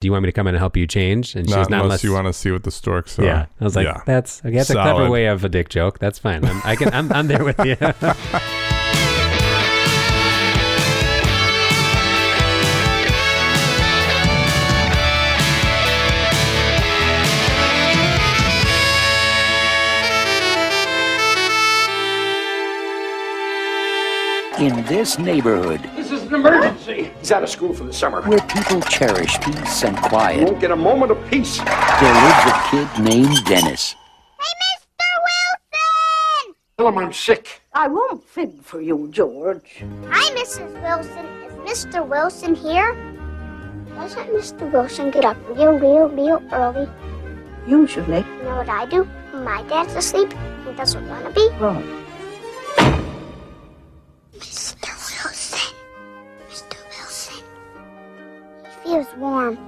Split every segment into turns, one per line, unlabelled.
do you want me to come in and help you change? And she's
Not,
not,
unless,
unless
you want to see what the storks are.
Yeah, I was like,
Yeah.
that's okay. That's a
Solid.
clever way of a dick joke. That's fine. I'm, I can. I'm, I'm there with you.
in this neighborhood
This is an emergency. He's out of school for the summer.
where people cherish peace and quiet,
Won't get a moment of peace.
there lives a kid named Dennis.
Wilson!
Tell him I'm sick.
I won't fib for you, George.
Hi, Mrs. Wilson. Is Mr. Wilson here? Doesn't Mr. Wilson get up real, real, real early?
Usually.
You know what I do? When my dad's asleep and doesn't want to be.
Right.
Mr. Wilson. Mr. Wilson. He feels warm.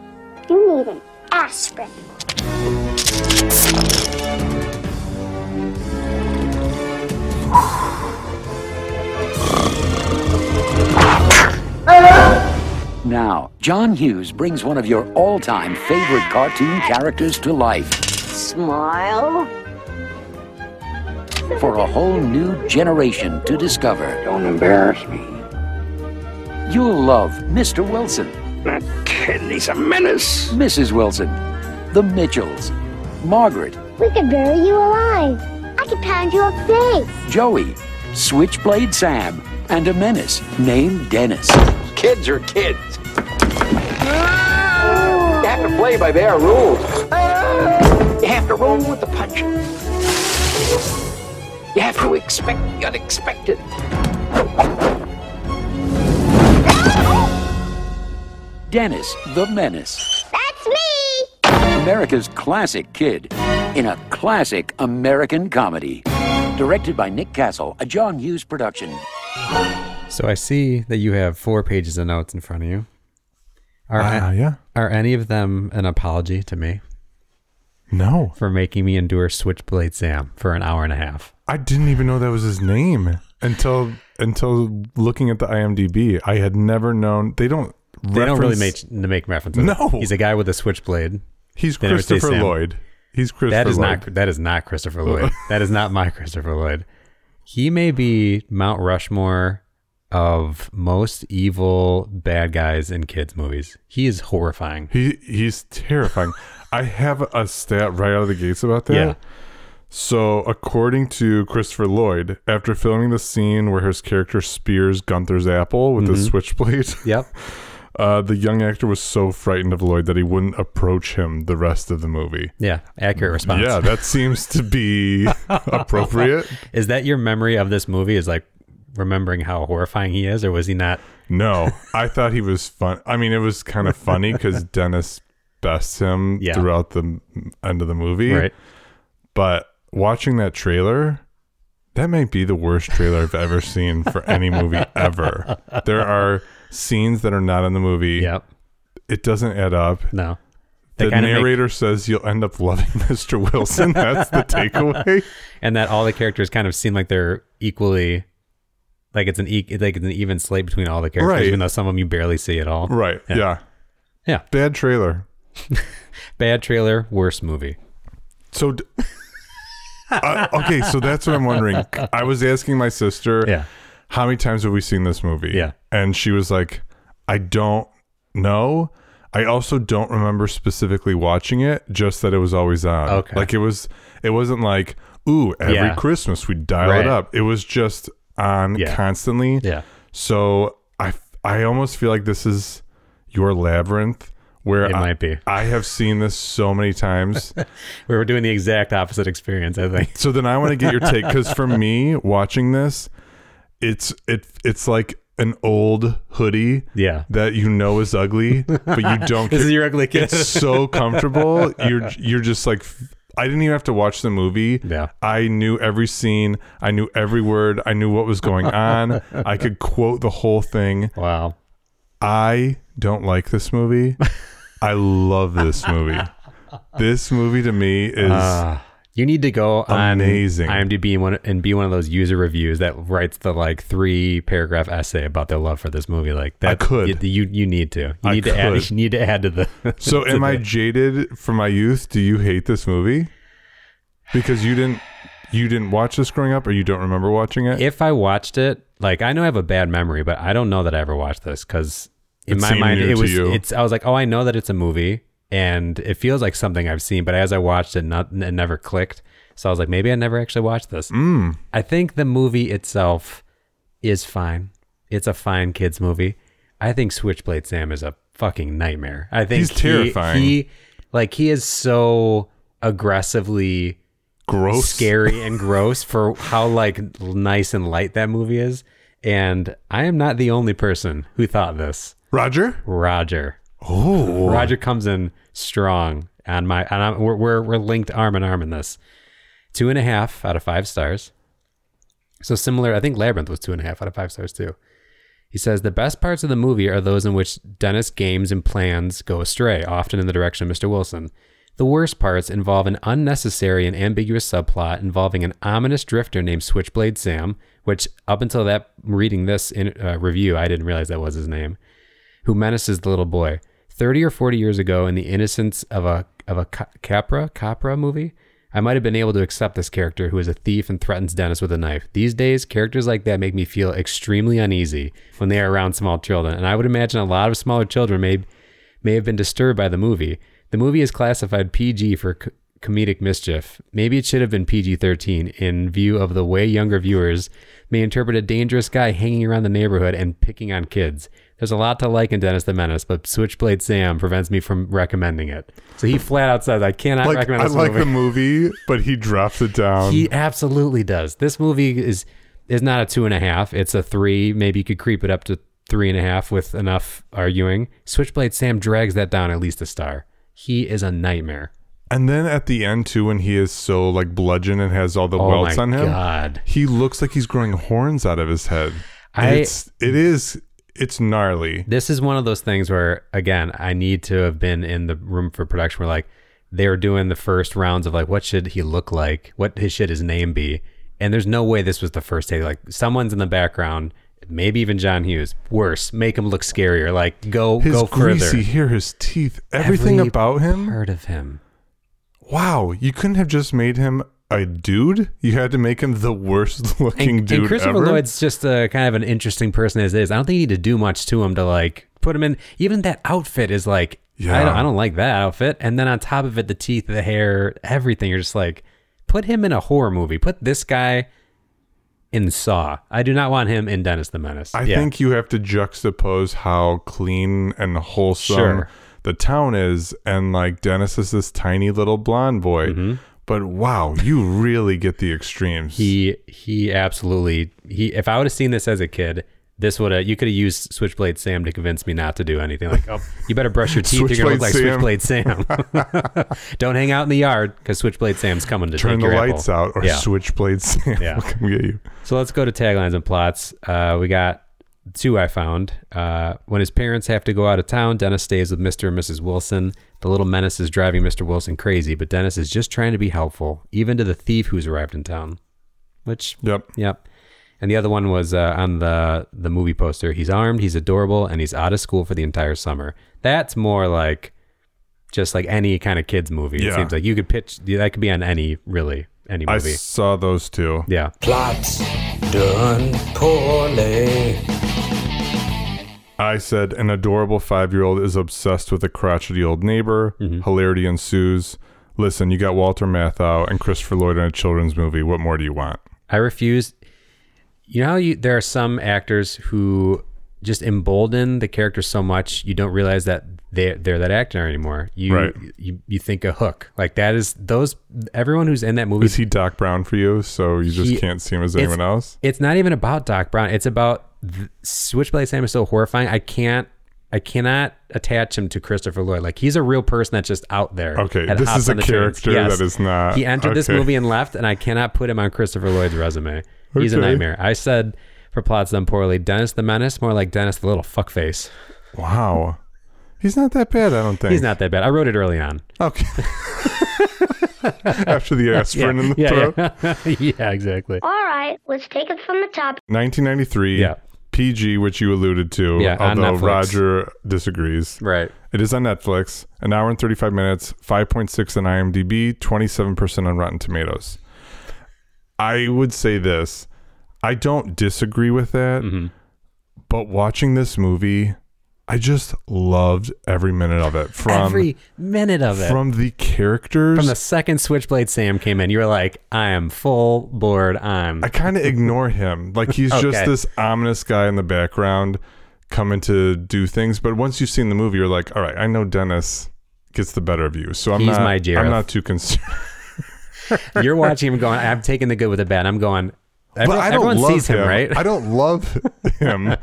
You need an aspirin.
Now, John Hughes brings one of your all time favorite cartoon characters to life
Smile.
for a whole new generation to discover.
Don't embarrass me.
You'll love Mr. Wilson,
That kid, he's a menace.
Mrs. Wilson, the Mitchells, Margaret,
We could bury you alive. I could pound your face.
Joey, Switchblade Sam, and a menace named Dennis.
Kids are kids. You have to play by their rules. You have to roll with the punches. You have to expect the unexpected.
Dennis the Menace,
That's me!
America's classic kid in a classic American comedy. Directed by Nick Castle, a John Hughes production.
so I see that you have four pages of notes in front of you. Are
Ah, yeah.
are any of them an apology to me
No,
for making me endure Switchblade Sam for an hour and a half?
I didn't even know that was his name until until looking at the IMDb. I had never known. They don't.
They don't really
reference-
make make references.
No.
he's a guy with a switchblade.
He's
they never say
Christopher
Sam.
Lloyd. He's Christopher.
That is
Lloyd.
not that is not Christopher Lloyd. that is not my Christopher Lloyd. He may be Mount Rushmore of most evil bad guys in kids movies. He is horrifying.
He he's terrifying. I have a stat right out of the gates about that.
Yeah.
So, according to Christopher Lloyd, after filming the scene where his character spears Gunther's apple with
Mm-hmm.
his switchblade,
Yep.
uh, the young actor was so frightened of Lloyd that he wouldn't approach him the rest of the movie.
Yeah. Accurate response.
Yeah, that seems to be appropriate.
Is that your memory of this movie? Is like remembering how horrifying he is, or was he not?
No, I thought he was fun. I mean, it was kind of funny because Dennis bests him
Yeah.
throughout the m- end of the movie.
Right.
but watching that trailer that might be the worst trailer i've ever seen for any movie ever there are scenes that are not in the movie
Yep.
it doesn't add up
No. They
the
kinda make-
narrator says you'll end up loving mr wilson that's the takeaway
and that all the characters kind of seem like they're equally like it's an e- like it's an even slate between all the characters,
Right.
even though some of them you barely see at all.
right yeah. yeah
Yeah.
bad trailer
Bad trailer, worst movie.
so d- Uh, okay so that's what i'm wondering i was asking my sister
Yeah.
how many times have we seen this movie?
Yeah.
And she was like, I don't know. I also don't remember specifically watching it, just that it was always on.
Okay.
Like it was it wasn't like, ooh, every
Yeah.
Christmas we dial
Right.
it up. It was just on
Yeah.
constantly.
Yeah.
So I f- I almost feel like this is your labyrinth where
It
I,
might be.
I have seen this so many times.
We were doing the exact opposite experience, I think.
So then I want to get your take because for me watching this, it's it it's like an old hoodie
Yeah.
that you know is ugly, but you don't.
This
care.
is your ugly kid.
It's so comfortable. You're you're just like. I didn't even have to watch the movie.
Yeah.
I knew every scene. I knew every word. I knew what was going on. I could quote the whole thing.
Wow.
I don't like this
Ah,
movie. I love this movie. This movie to me is
You need to go on
Amazing.
IMDb and, one, and be one of those user reviews that writes the like three paragraph essay about their love for this movie. Like that,
could.
you you, you need to you
I
need to
could.
add you need to add to the.
So,
to
am I
the-
jaded from my youth? Do you hate this movie because you didn't you didn't watch this growing up, or you don't remember watching it?
If I watched it, like I know I have a bad memory, but I don't know that I ever watched this because in
It
my
seemed
mind
new
it
to
was
you.
it's I was like, oh, I know that it's a movie, and it feels like something I've seen, but as I watched it, not it never clicked. So I was like, maybe I never actually watched this.
Mm.
I think the movie itself is fine. It's a fine kids movie. I think Switchblade Sam is a fucking nightmare. I think
He's
he-
terrifying.
He, like he is so aggressively
gross,
scary and gross for how like nice and light that movie is. And I am not the only person who thought this.
Roger.
Roger.
Oh,
Roger comes in strong on my and I'm, we're, we're we're linked arm in arm in this. Two and a half out of five stars. So similar, I think Labyrinth was two and a half out of five stars too. He says the best parts of the movie are those in which Dennis' games and plans go astray, often in the direction of Mr. Wilson. The worst parts involve an unnecessary and ambiguous subplot involving an ominous drifter named Switchblade Sam, which up until that reading this in, uh, review, I didn't realize that was his name who menaces the little boy. 30 or 40 years ago in the innocence of a of a ca- Capra Capra movie, I might have been able to accept this character who is a thief and threatens Dennis with a knife. These days, characters like that make me feel extremely uneasy when they are around small children, and I would imagine a lot of smaller children may may have been disturbed by the movie. The movie is classified PG for c- comedic mischief. Maybe it should have been PG 13 in view of the way younger viewers may interpret a dangerous guy hanging around the neighborhood and picking on kids. There's a lot to like in Dennis the Menace, but Switchblade Sam prevents me from recommending it. So he flat out says, I cannot
like
recommend
I
this
like
movie.
the movie, but he drops it down.
He absolutely does. This movie is is not a two and a half. It's a three. Maybe you could creep it up to three and a half with enough arguing. Switchblade Sam drags that down at least a star. He is a nightmare.
and then at the end too, when he is so like bludgeoned and has all the
Oh
welts
my
on him,
god!
he looks like he's growing horns out of his head.
I-
it's it is it's gnarly.
This is one of those things where again, I need to have been in the room for production where like they were doing the first rounds of like what should he look like, what his should his name be, and there's no way this was the first day. Like someone's in the background. Maybe even John Hughes. Worse, make him look scarier. Like go
His
go
greasy
further.
hair, his teeth, everything
Every
about him.
Heard of him?
Wow, you couldn't have just made him a dude. You had to make him the worst looking
And,
dude
and Christopher
ever.
Lloyd's just a kind of an interesting person as is. I don't think you need to do much to him to like put him in. Even that outfit is like, I,
Yeah.
don't, I don't like that outfit. And then on top of it, the teeth, the hair, everything. You're just like, put him in a horror movie. Put this guy in Saw. I do not want him in Dennis the Menace.
I
Yeah.
think you have to juxtapose how clean and wholesome
Sure.
the town is, and like Dennis is this tiny little blonde boy.
Mm-hmm.
But wow, you really get the extremes.
he he absolutely he. If I would have seen this as a kid. This would have you could have used Switchblade Sam to convince me not to do anything. Like, oh, you better brush your teeth. You're gonna look like
Switchblade
Switchblade Sam. Don't hang out in the yard because Switchblade Sam's coming to
Turn
take
the
your
lights
apple.
out, or
Yeah.
Switchblade Sam
Yeah.
will come get you.
So let's go to taglines and plots. Uh, we got two I found. Uh, when his parents have to go out of town, Dennis stays with Mr. and Mrs. Wilson. The little menace is driving Mr. Wilson crazy, but Dennis is just trying to be helpful, even to the thief who's arrived in town. Which
Yep.
Yep. And the other one was uh, on the the movie poster. He's armed, he's adorable, and he's out of school for the entire summer. That's more like just like any kind of kids movie. It
Yeah.
seems like you could pitch that could be on any really any
I
movie.
saw those two.
yeah.
Plots done poorly.
I said an adorable five year old is obsessed with a crotchety old neighbor.
Mm-hmm.
Hilarity ensues. Listen, you got Walter Matthau and Christopher Lloyd in a children's movie. What more do you want?
I refuse. You know how you there are some actors who just embolden the character so much you don't realize that they they're that actor anymore. You
Right.
you, you think a hook. Like that is those everyone who's in that movie
Is he Doc Brown for you? So you just
He-
can't see him as
it's-
anyone else?
It's not even about Doc Brown. It's about th- Switchblade Sam is so horrifying. I can't. I cannot attach him to Christopher Lloyd. Like he's a real person that's just out there.
Okay,
that
this
hops
is a
on the trains.
character that is not-
He entered this
okay.
movie and left, and I cannot put him on Christopher Lloyd's resume. He's a
Okay.
nightmare. I said for plots done poorly, Dennis the Menace, more like Dennis the little fuckface.
Wow. He's not that bad, I don't think.
He's not that bad. I wrote it early on.
Okay. after the aspirin in the
yeah,
throat.
yeah. yeah, exactly.
All right, let's take it from the top.
1993.
Yeah.
PG, which you alluded to,
Yeah, on
although
Netflix.
Roger disagrees.
Right.
It is on Netflix, an hour and 35 minutes, 5.6 on IMDb, 27% on Rotten Tomatoes. I would say this I don't disagree with that, but watching this movie, I just loved every minute of it. From,
Every minute of it. From,
from the characters.
the second Switchblade Sam came in, you were like, I am full board. I'm.
I kind of ignore him. Like he's just
Okay.
this ominous guy in the background coming to do things. But once you've seen the movie, you're like, all right, I know Dennis gets the better of you. So I'm
He's
not
my Jareth.
I'm not too concerned.
you're watching him going, I'm taking the good with the bad. I'm going, everyone,
but I don't
everyone
love
sees him, right?
I don't love him.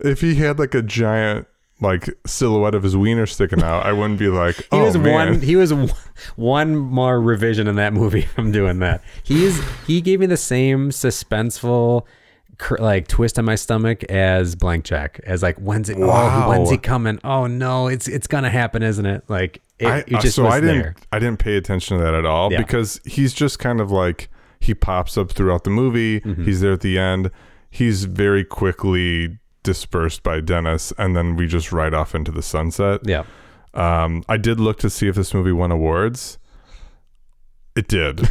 if he had like a giant like silhouette of his wiener sticking out, I wouldn't be like,
He
oh
was
man.
one. He was w- one more revision in that movie from doing that. He's he gave me the same suspenseful, cr- like twist on my stomach as Blank Jack. As like when's it?
Wow.
Oh, when's he coming? Oh no, it's it's gonna happen, isn't it? Like it,
I, uh,
it just
so
was
I didn't
there.
I didn't pay attention to that at all
Yeah.
because he's just kind of like he pops up throughout the movie.
Mm-hmm.
He's there at the end. He's very quickly dispersed by Dennis, and then we just ride off into the sunset.
Yeah,
Um, I did look to see if this movie won awards. It did,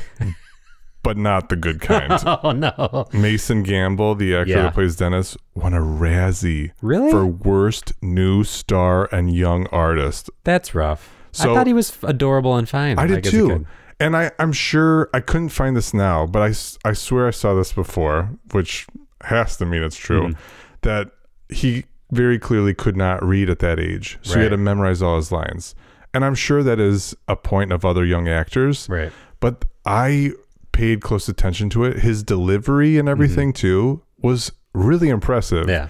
but not the good kind.
Oh no.
Mason Gamble, the actor
Yeah.
that plays Dennis, won a Razzie
Really?
for worst new star and young artist.
That's rough.
So-
I thought he was f- adorable and fine.
I did
like, as a
too.
kid.
And I, I'm sure I couldn't find this now, but I, s- I swear I saw this before, which has to mean it's true,
Mm-hmm.
that he very clearly could not read at that age. So he had
Right.
to memorize all his lines. And I'm sure that is a point of other young actors.
Right.
But I paid close attention to it. His delivery and everything, too, was really impressive.
Mm-hmm. Yeah.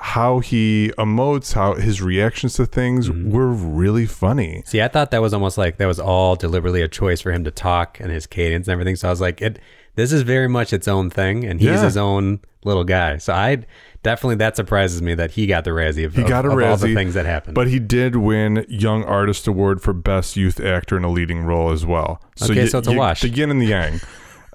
How he emotes, how his reactions to things
Mm-hmm.
were really funny.
See, I thought that was almost like that was all deliberately a choice for him to talk and his cadence and everything. So I was like, it this is very much its own thing and he's
Yeah.
his own little guy. So I definitely that surprises me that he got the Razzie of,
He got a
of all the
Razzie,
things that happened.
But he did win Young Artist Award for Best Youth Actor in a Leading Role as well.
Okay, so it's a wash.
The yin and the yang.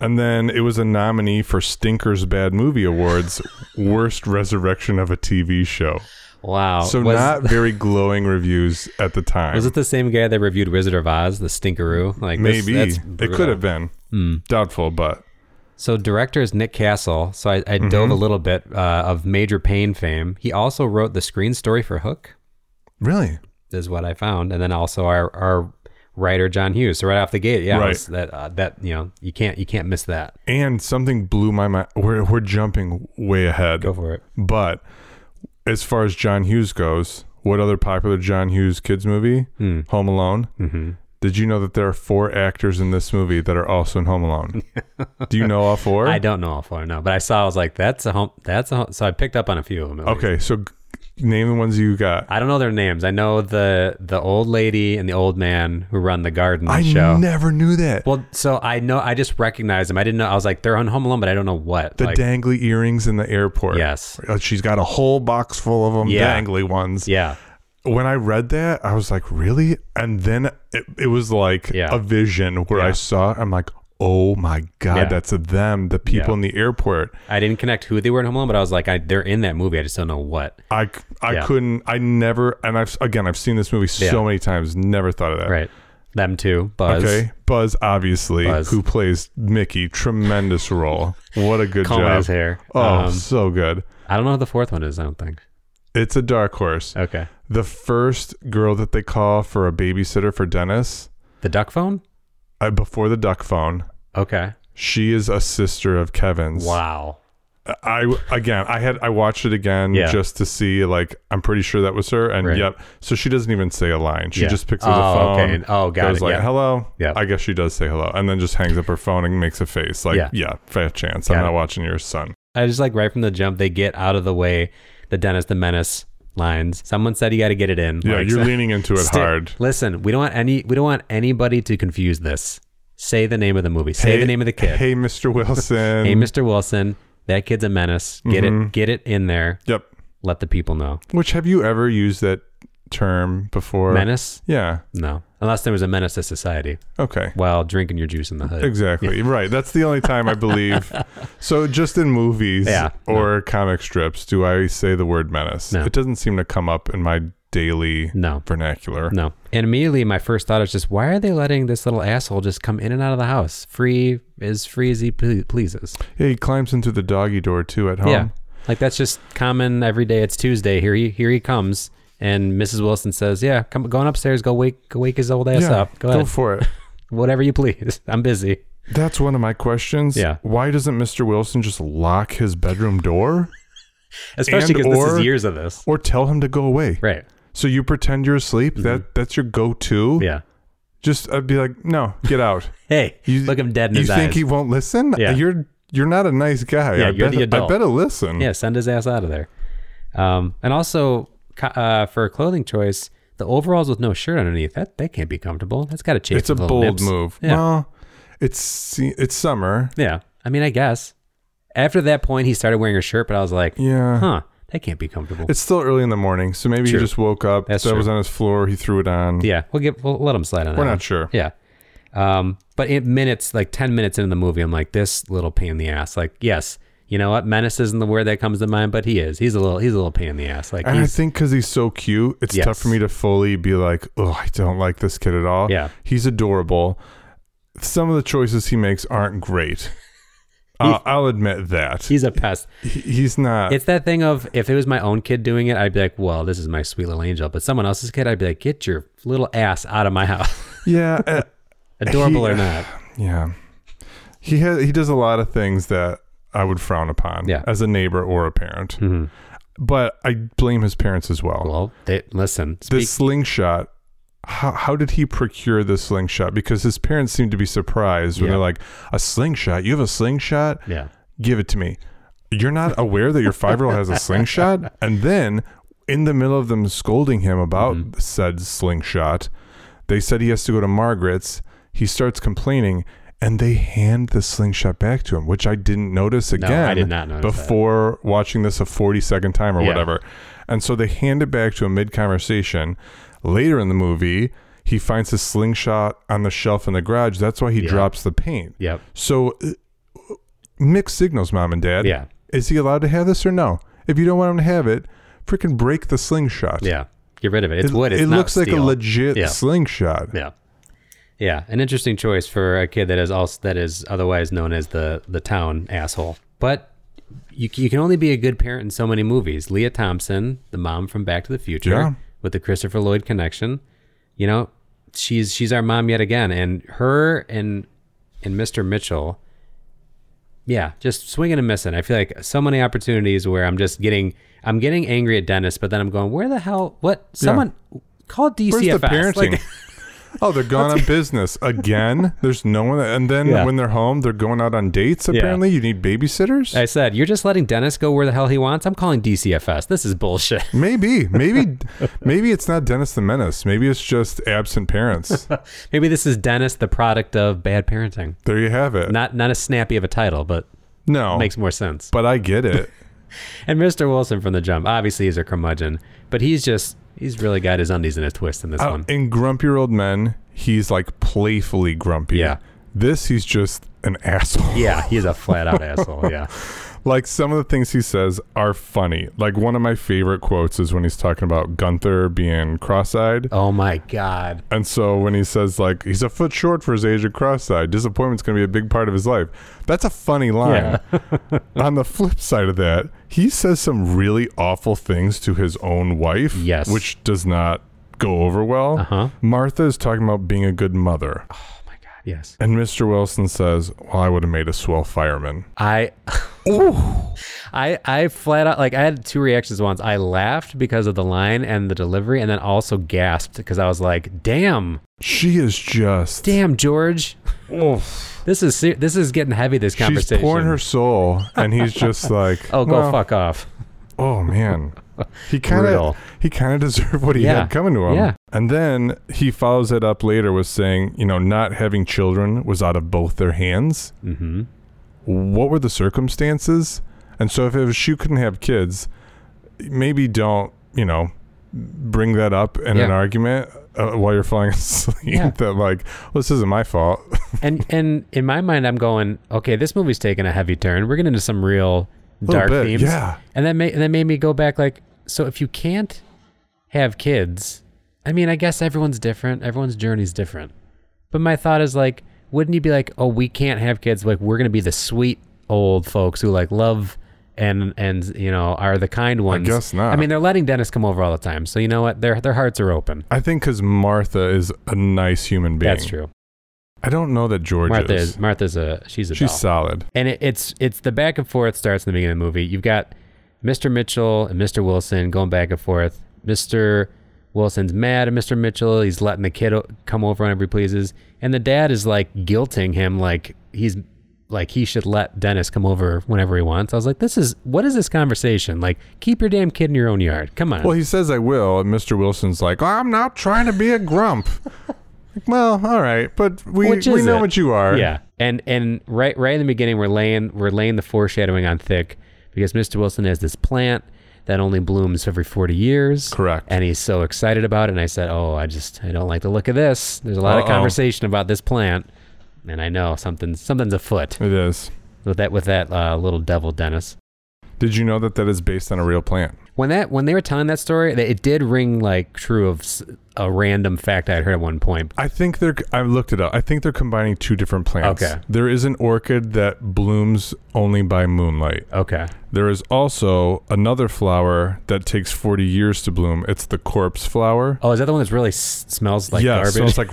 And then it was a nominee for Stinker's Bad Movie Awards, Worst Resurrection of a TV Show.
wow.
So
Uh, was,
not very glowing reviews at the time.
was it the same guy that reviewed Wizard of Oz, the stinkeroo? Like this-
Maybe.
that's
it
brutal. Hmm.
could have been. Doubtful, but
So director is Nick Castle. So I, I
Mm-hmm.
dove a little bit uh, of Major Pain fame. He also wrote the screen story for Hook.
really?
is what I found, and then also our our writer John Hughes. So right off the gate, yeah,
Right.
it's that uh, that you know you can't you can't miss that.
And something blew my mind. We're, we're jumping way ahead.
Go for it.
But as far as John Hughes goes, what other popular John Hughes kids movie?
Hmm.
Home Alone. Mm-hmm. Did you know that there are four actors in this movie that are also in Home Alone? Do you know all four?
I don't know all four no, but I saw I was like that's a home that's a home. so I picked up on a few of them. at least.
Okay, so g- name the ones you got.
I don't know their names. I know the the old lady and the old man who run the garden
I
show.
never knew that.
well, so I know I just recognized them. I didn't know I was like they're on Home Alone, but I don't know what.
the
like,
dangly earrings in the airport.
Yes.
Uh, She's got a whole box full of them,
Yeah.
dangly ones.
yeah,
when I read that, I was like, really? And then it, it was like
Yeah.
a vision where I
Yeah.
saw, it. I'm like, oh my God,
Yeah.
that's them, the people
Yeah.
in the airport.
I didn't connect who they were in Home Alone, but I was like I, they're in that movie. I just don't know what.
I, c- I
Yeah.
couldn't, I never, and I've, again, I've seen this movie so
Yeah.
many times, never thought of that.
Right, them too. Buzz.
Uh, Okay. Buzz, obviously,
Buzz.
who plays Mickey, tremendous role. What a good
Combing
job.
his hair.
Oh,
Um,
so good.
I don't know who the fourth one is. I don't think.
It's a dark horse.
Okay.
The first girl that they call for a babysitter for Dennis,
The duck phone?
uh, before the duck phone,
Okay.
She is a sister of Kevin's.
Wow.
I again, I had I watched it again
Yeah.
just to see. Like, I'm pretty sure that was her. And
Right.
yep. So she doesn't even say a line. She
Yeah.
just picks up the
Oh,
phone.
okay. Oh, got
goes
it.
like
Yeah.
hello.
Yeah.
I guess she does say hello, and then just hangs up her phone and makes a face. Like, yeah,
Yeah.
fat chance. I'm
Got
not
it.
watching your son.
I just like right from the jump, they get out of the way the Dennis the Menace lines. Someone said you got to get it in.
Yeah,
Like,
you're
so-
leaning into it
Stick-
hard.
Listen, we don't want any. We don't want anybody to confuse this. Say the name of the movie. Say the name of the kid. Hey,
Hey, Mr. Wilson.
Mr. Wilson. That kid's a menace. Get it. Get it in there.
Yep.
Let the people know.
Which have you ever used that term before?
Menace?
Yeah.
No. Unless there was a menace to society
Okay.
while drinking your juice in the hood.
Exactly. Right. That's the only time I believe. so just in movies
Yeah,
or comic strips do I say the word menace.
No.
It doesn't seem to come up in my daily
No.
vernacular.
No. And immediately my first thought is just, why are they letting this little asshole just come in and out of the house free, as free as he ple- pleases?
Yeah, he climbs into the doggy door too at home.
Yeah. Like that's just common every day. It's Tuesday. Here he here he comes. And Mrs. Wilson says, "Yeah, come go on upstairs. Go wake go wake his old ass
Yeah,
up. Go ahead,
for it.
whatever you please. I'm busy."
That's one of my questions.
Yeah.
Why doesn't Mr. Wilson just lock his bedroom door
Especially
And
because this
or-
is years of this,
or tell him to go away?
right?
So you pretend you're asleep. That that's your go-to.
Mm-hmm. Yeah.
Just I'd be like, no, get out.
Hey,
You
look him dead in
you
his
think
eyes.
he won't listen?
Yeah.
You're you're not a nice guy.
Yeah,
I
you're
bet,
the adult.
I better listen.
yeah, send his ass out of there. Um, and also co- uh, for a clothing choice, the overalls with no shirt underneath that that can't be comfortable. That's got to change.
It's a bold move.
Yeah.
Well, it's se- it's summer.
yeah. I mean, I guess after that point he started wearing a shirt, but I was like,
Yeah.
huh, that can't be comfortable.
It's still early in the morning, so maybe
True.
he just woke up.
That's
that
true.
was on his floor. He threw it on.
Yeah, we'll get we'll let him slide on.
We're
that
not
one.
sure.
Yeah, um, but in minutes, like ten minutes into the movie, I'm like, this little pain in the ass. Like, yes, you know what? Menace isn't the word that comes to mind, but he is. He's a little he's a little pain in the ass. Like,
And I
he's,
think because he's so cute, it's
Yes.
tough for me to fully be like, oh, I don't like this kid at all.
Yeah.
He's adorable. Some of the choices he makes aren't great. I'll I'll admit that.
he's a pest.
He- he's not.
It's that thing of if it was my own kid doing it, I'd be like, well, this is my sweet little angel. But someone else's kid, I'd be like, get your little ass out of my house,
yeah. uh,
adorable
He-
or not.
yeah. He, ha- he does a lot of things that I would frown upon
Yeah. Mm-hmm.
as a neighbor or a parent. But I blame his parents as well.
Well, they, listen,
the
speak,
slingshot how, how did he procure the slingshot because his parents seemed to be surprised when
Yeah.
they're like a slingshot you have a slingshot
yeah,
give it to me you're not aware that your five-year-old has a slingshot and then in the middle of them scolding him about
Mm-hmm.
said slingshot they said he has to go to margaret's he starts complaining and they hand the slingshot back to him which i didn't notice
I
again
did not notice that.
before watching this a 40 second time or
Yeah.
whatever and so they hand it back to him mid conversation later in the movie he finds his slingshot on the shelf in the garage that's why he drops the paint
yep,
so uh, mixed signals, mom and dad.
Yeah.
Is he allowed to have this or no? If you don't want him to have it, freaking break the slingshot.
yeah, get rid of it. It's
It,
wood. It's
it
not
looks like a
steel.
legit
Yeah.
slingshot.
Yeah. Yeah, an interesting choice for a kid that is also that is otherwise known as the the town asshole. But you, c- you can only be a good parent in so many movies. Leah Thompson, the mom from Back to the Future,
Yeah.
with the Christopher Lloyd connection, you know, she's she's our mom yet again, and her and and Mr. Mitchell, yeah, just swinging and missing. I feel like so many opportunities where I'm just getting I'm getting angry at Dennis, but then I'm going, where the hell? What? Someone call DCFS.
Where's the parenting?
Like-
oh, they're gone on business again. There's no one. And then
Yeah.
when they're home, they're going out on dates. Apparently, you need babysitters.
I said, you're just letting Dennis go where the hell he wants. I'm calling DCFS. This is bullshit.
maybe, maybe, maybe it's not Dennis the Menace. Maybe it's just absent parents.
Maybe this is Dennis, the product of bad parenting.
there you have it.
Not not as snappy of a title, but
no,
makes more sense.
but I get it.
And Mr. Wilson from the jump, obviously he's a curmudgeon, but he's just he's really got his undies in a twist in this
Uh,
one.
In Grumpier Old Men, he's like playfully grumpy.
Yeah.
This, he's just an asshole.
yeah, he's a flat out asshole. Yeah.
Like some of the things he says are funny. Like one of my favorite quotes is when he's talking about Gunther being cross eyed.
Oh my god.
And so when he says, like, he's a foot short for his age at cross eyed, disappointment's going to be a big part of his life. That's a funny line. On the flip side of that, he says some really awful things to his own wife,
Yes.
which does not go over well.
Uh-huh.
Martha is talking about being a good mother.
Yes.
And Mr. Wilson says, Well, I would have made a swell fireman.
I I I flat out like I had two reactions once. I laughed because of the line and the delivery and then also gasped because I was like, "Damn,
She is just.
damn George, this is ser- this is getting heavy. This
She's
conversation.
pouring her soul, and he's just like,
oh, go
well,
fuck off.
Oh man, he kind
Brutal.
of he kind of deserved what he
Yeah.
had coming to him.
Yeah.
And then he follows it up later with saying, you know, not having children was out of both their hands. Mm-hmm. What were the circumstances? And so if it was she couldn't have kids, maybe don't you know bring that up in an
Yeah.
argument uh, while you're falling asleep
Yeah.
that like well, this isn't my fault
and and in my mind, I'm going, okay, this movie's taking a heavy turn. We're getting into some real
Little
dark
bit,
themes.
yeah.
and that made that made me go back like, so if you can't have kids, I mean, I guess everyone's different. Everyone's journey's different. But my thought is like, wouldn't you be like, oh, we can't have kids. Like we're gonna be the sweet old folks who like love and and you know are the kind ones.
guess not.
I mean, they're letting Dennis come over all the time, so you know what? Their their hearts are open.
i think because martha is a nice human being
That's true.
i don't know that george
Martha
is
is Martha's a she's a
she's
doll.
solid
and it, it's it's the back and forth starts in the beginning of the movie. You've got Mr. Mitchell and Mr. Wilson going back and forth. Mr. Wilson's mad at Mr. Mitchell. He's letting the kid o- come over whenever he pleases, and the dad is like guilting him, like he's like he should let Dennis come over whenever he wants. I was like, this is what is this conversation? Like, keep your damn kid in your own yard. Come on.
well he says i will and mr wilson's like i'm not trying to be a grump like, well all right but we,
Which
we
is
know
it?
what you are
Yeah, and and right right in the beginning, we're laying we're laying the foreshadowing on thick because Mr. Wilson has this plant that only blooms every forty years.
Correct.
And he's so excited about it, and I said, "Oh, I just I don't like the look of this." There's a lot of
Uh-oh.
conversation about this plant, and I know something something's afoot
it is
with that with that uh, little devil Dennis.
did you know that that is based on a real plant
When that when they were telling that story, they- it did ring like true of s- a random fact I had heard at one point.
I think they're. I looked it up. I think they're combining two different plants.
Okay.
There is an orchid that blooms only by moonlight.
Okay.
There is also another flower that takes 40 years to bloom. It's the corpse flower.
Oh, is that the one that really s- smells like
yeah,
garbage?
so it's like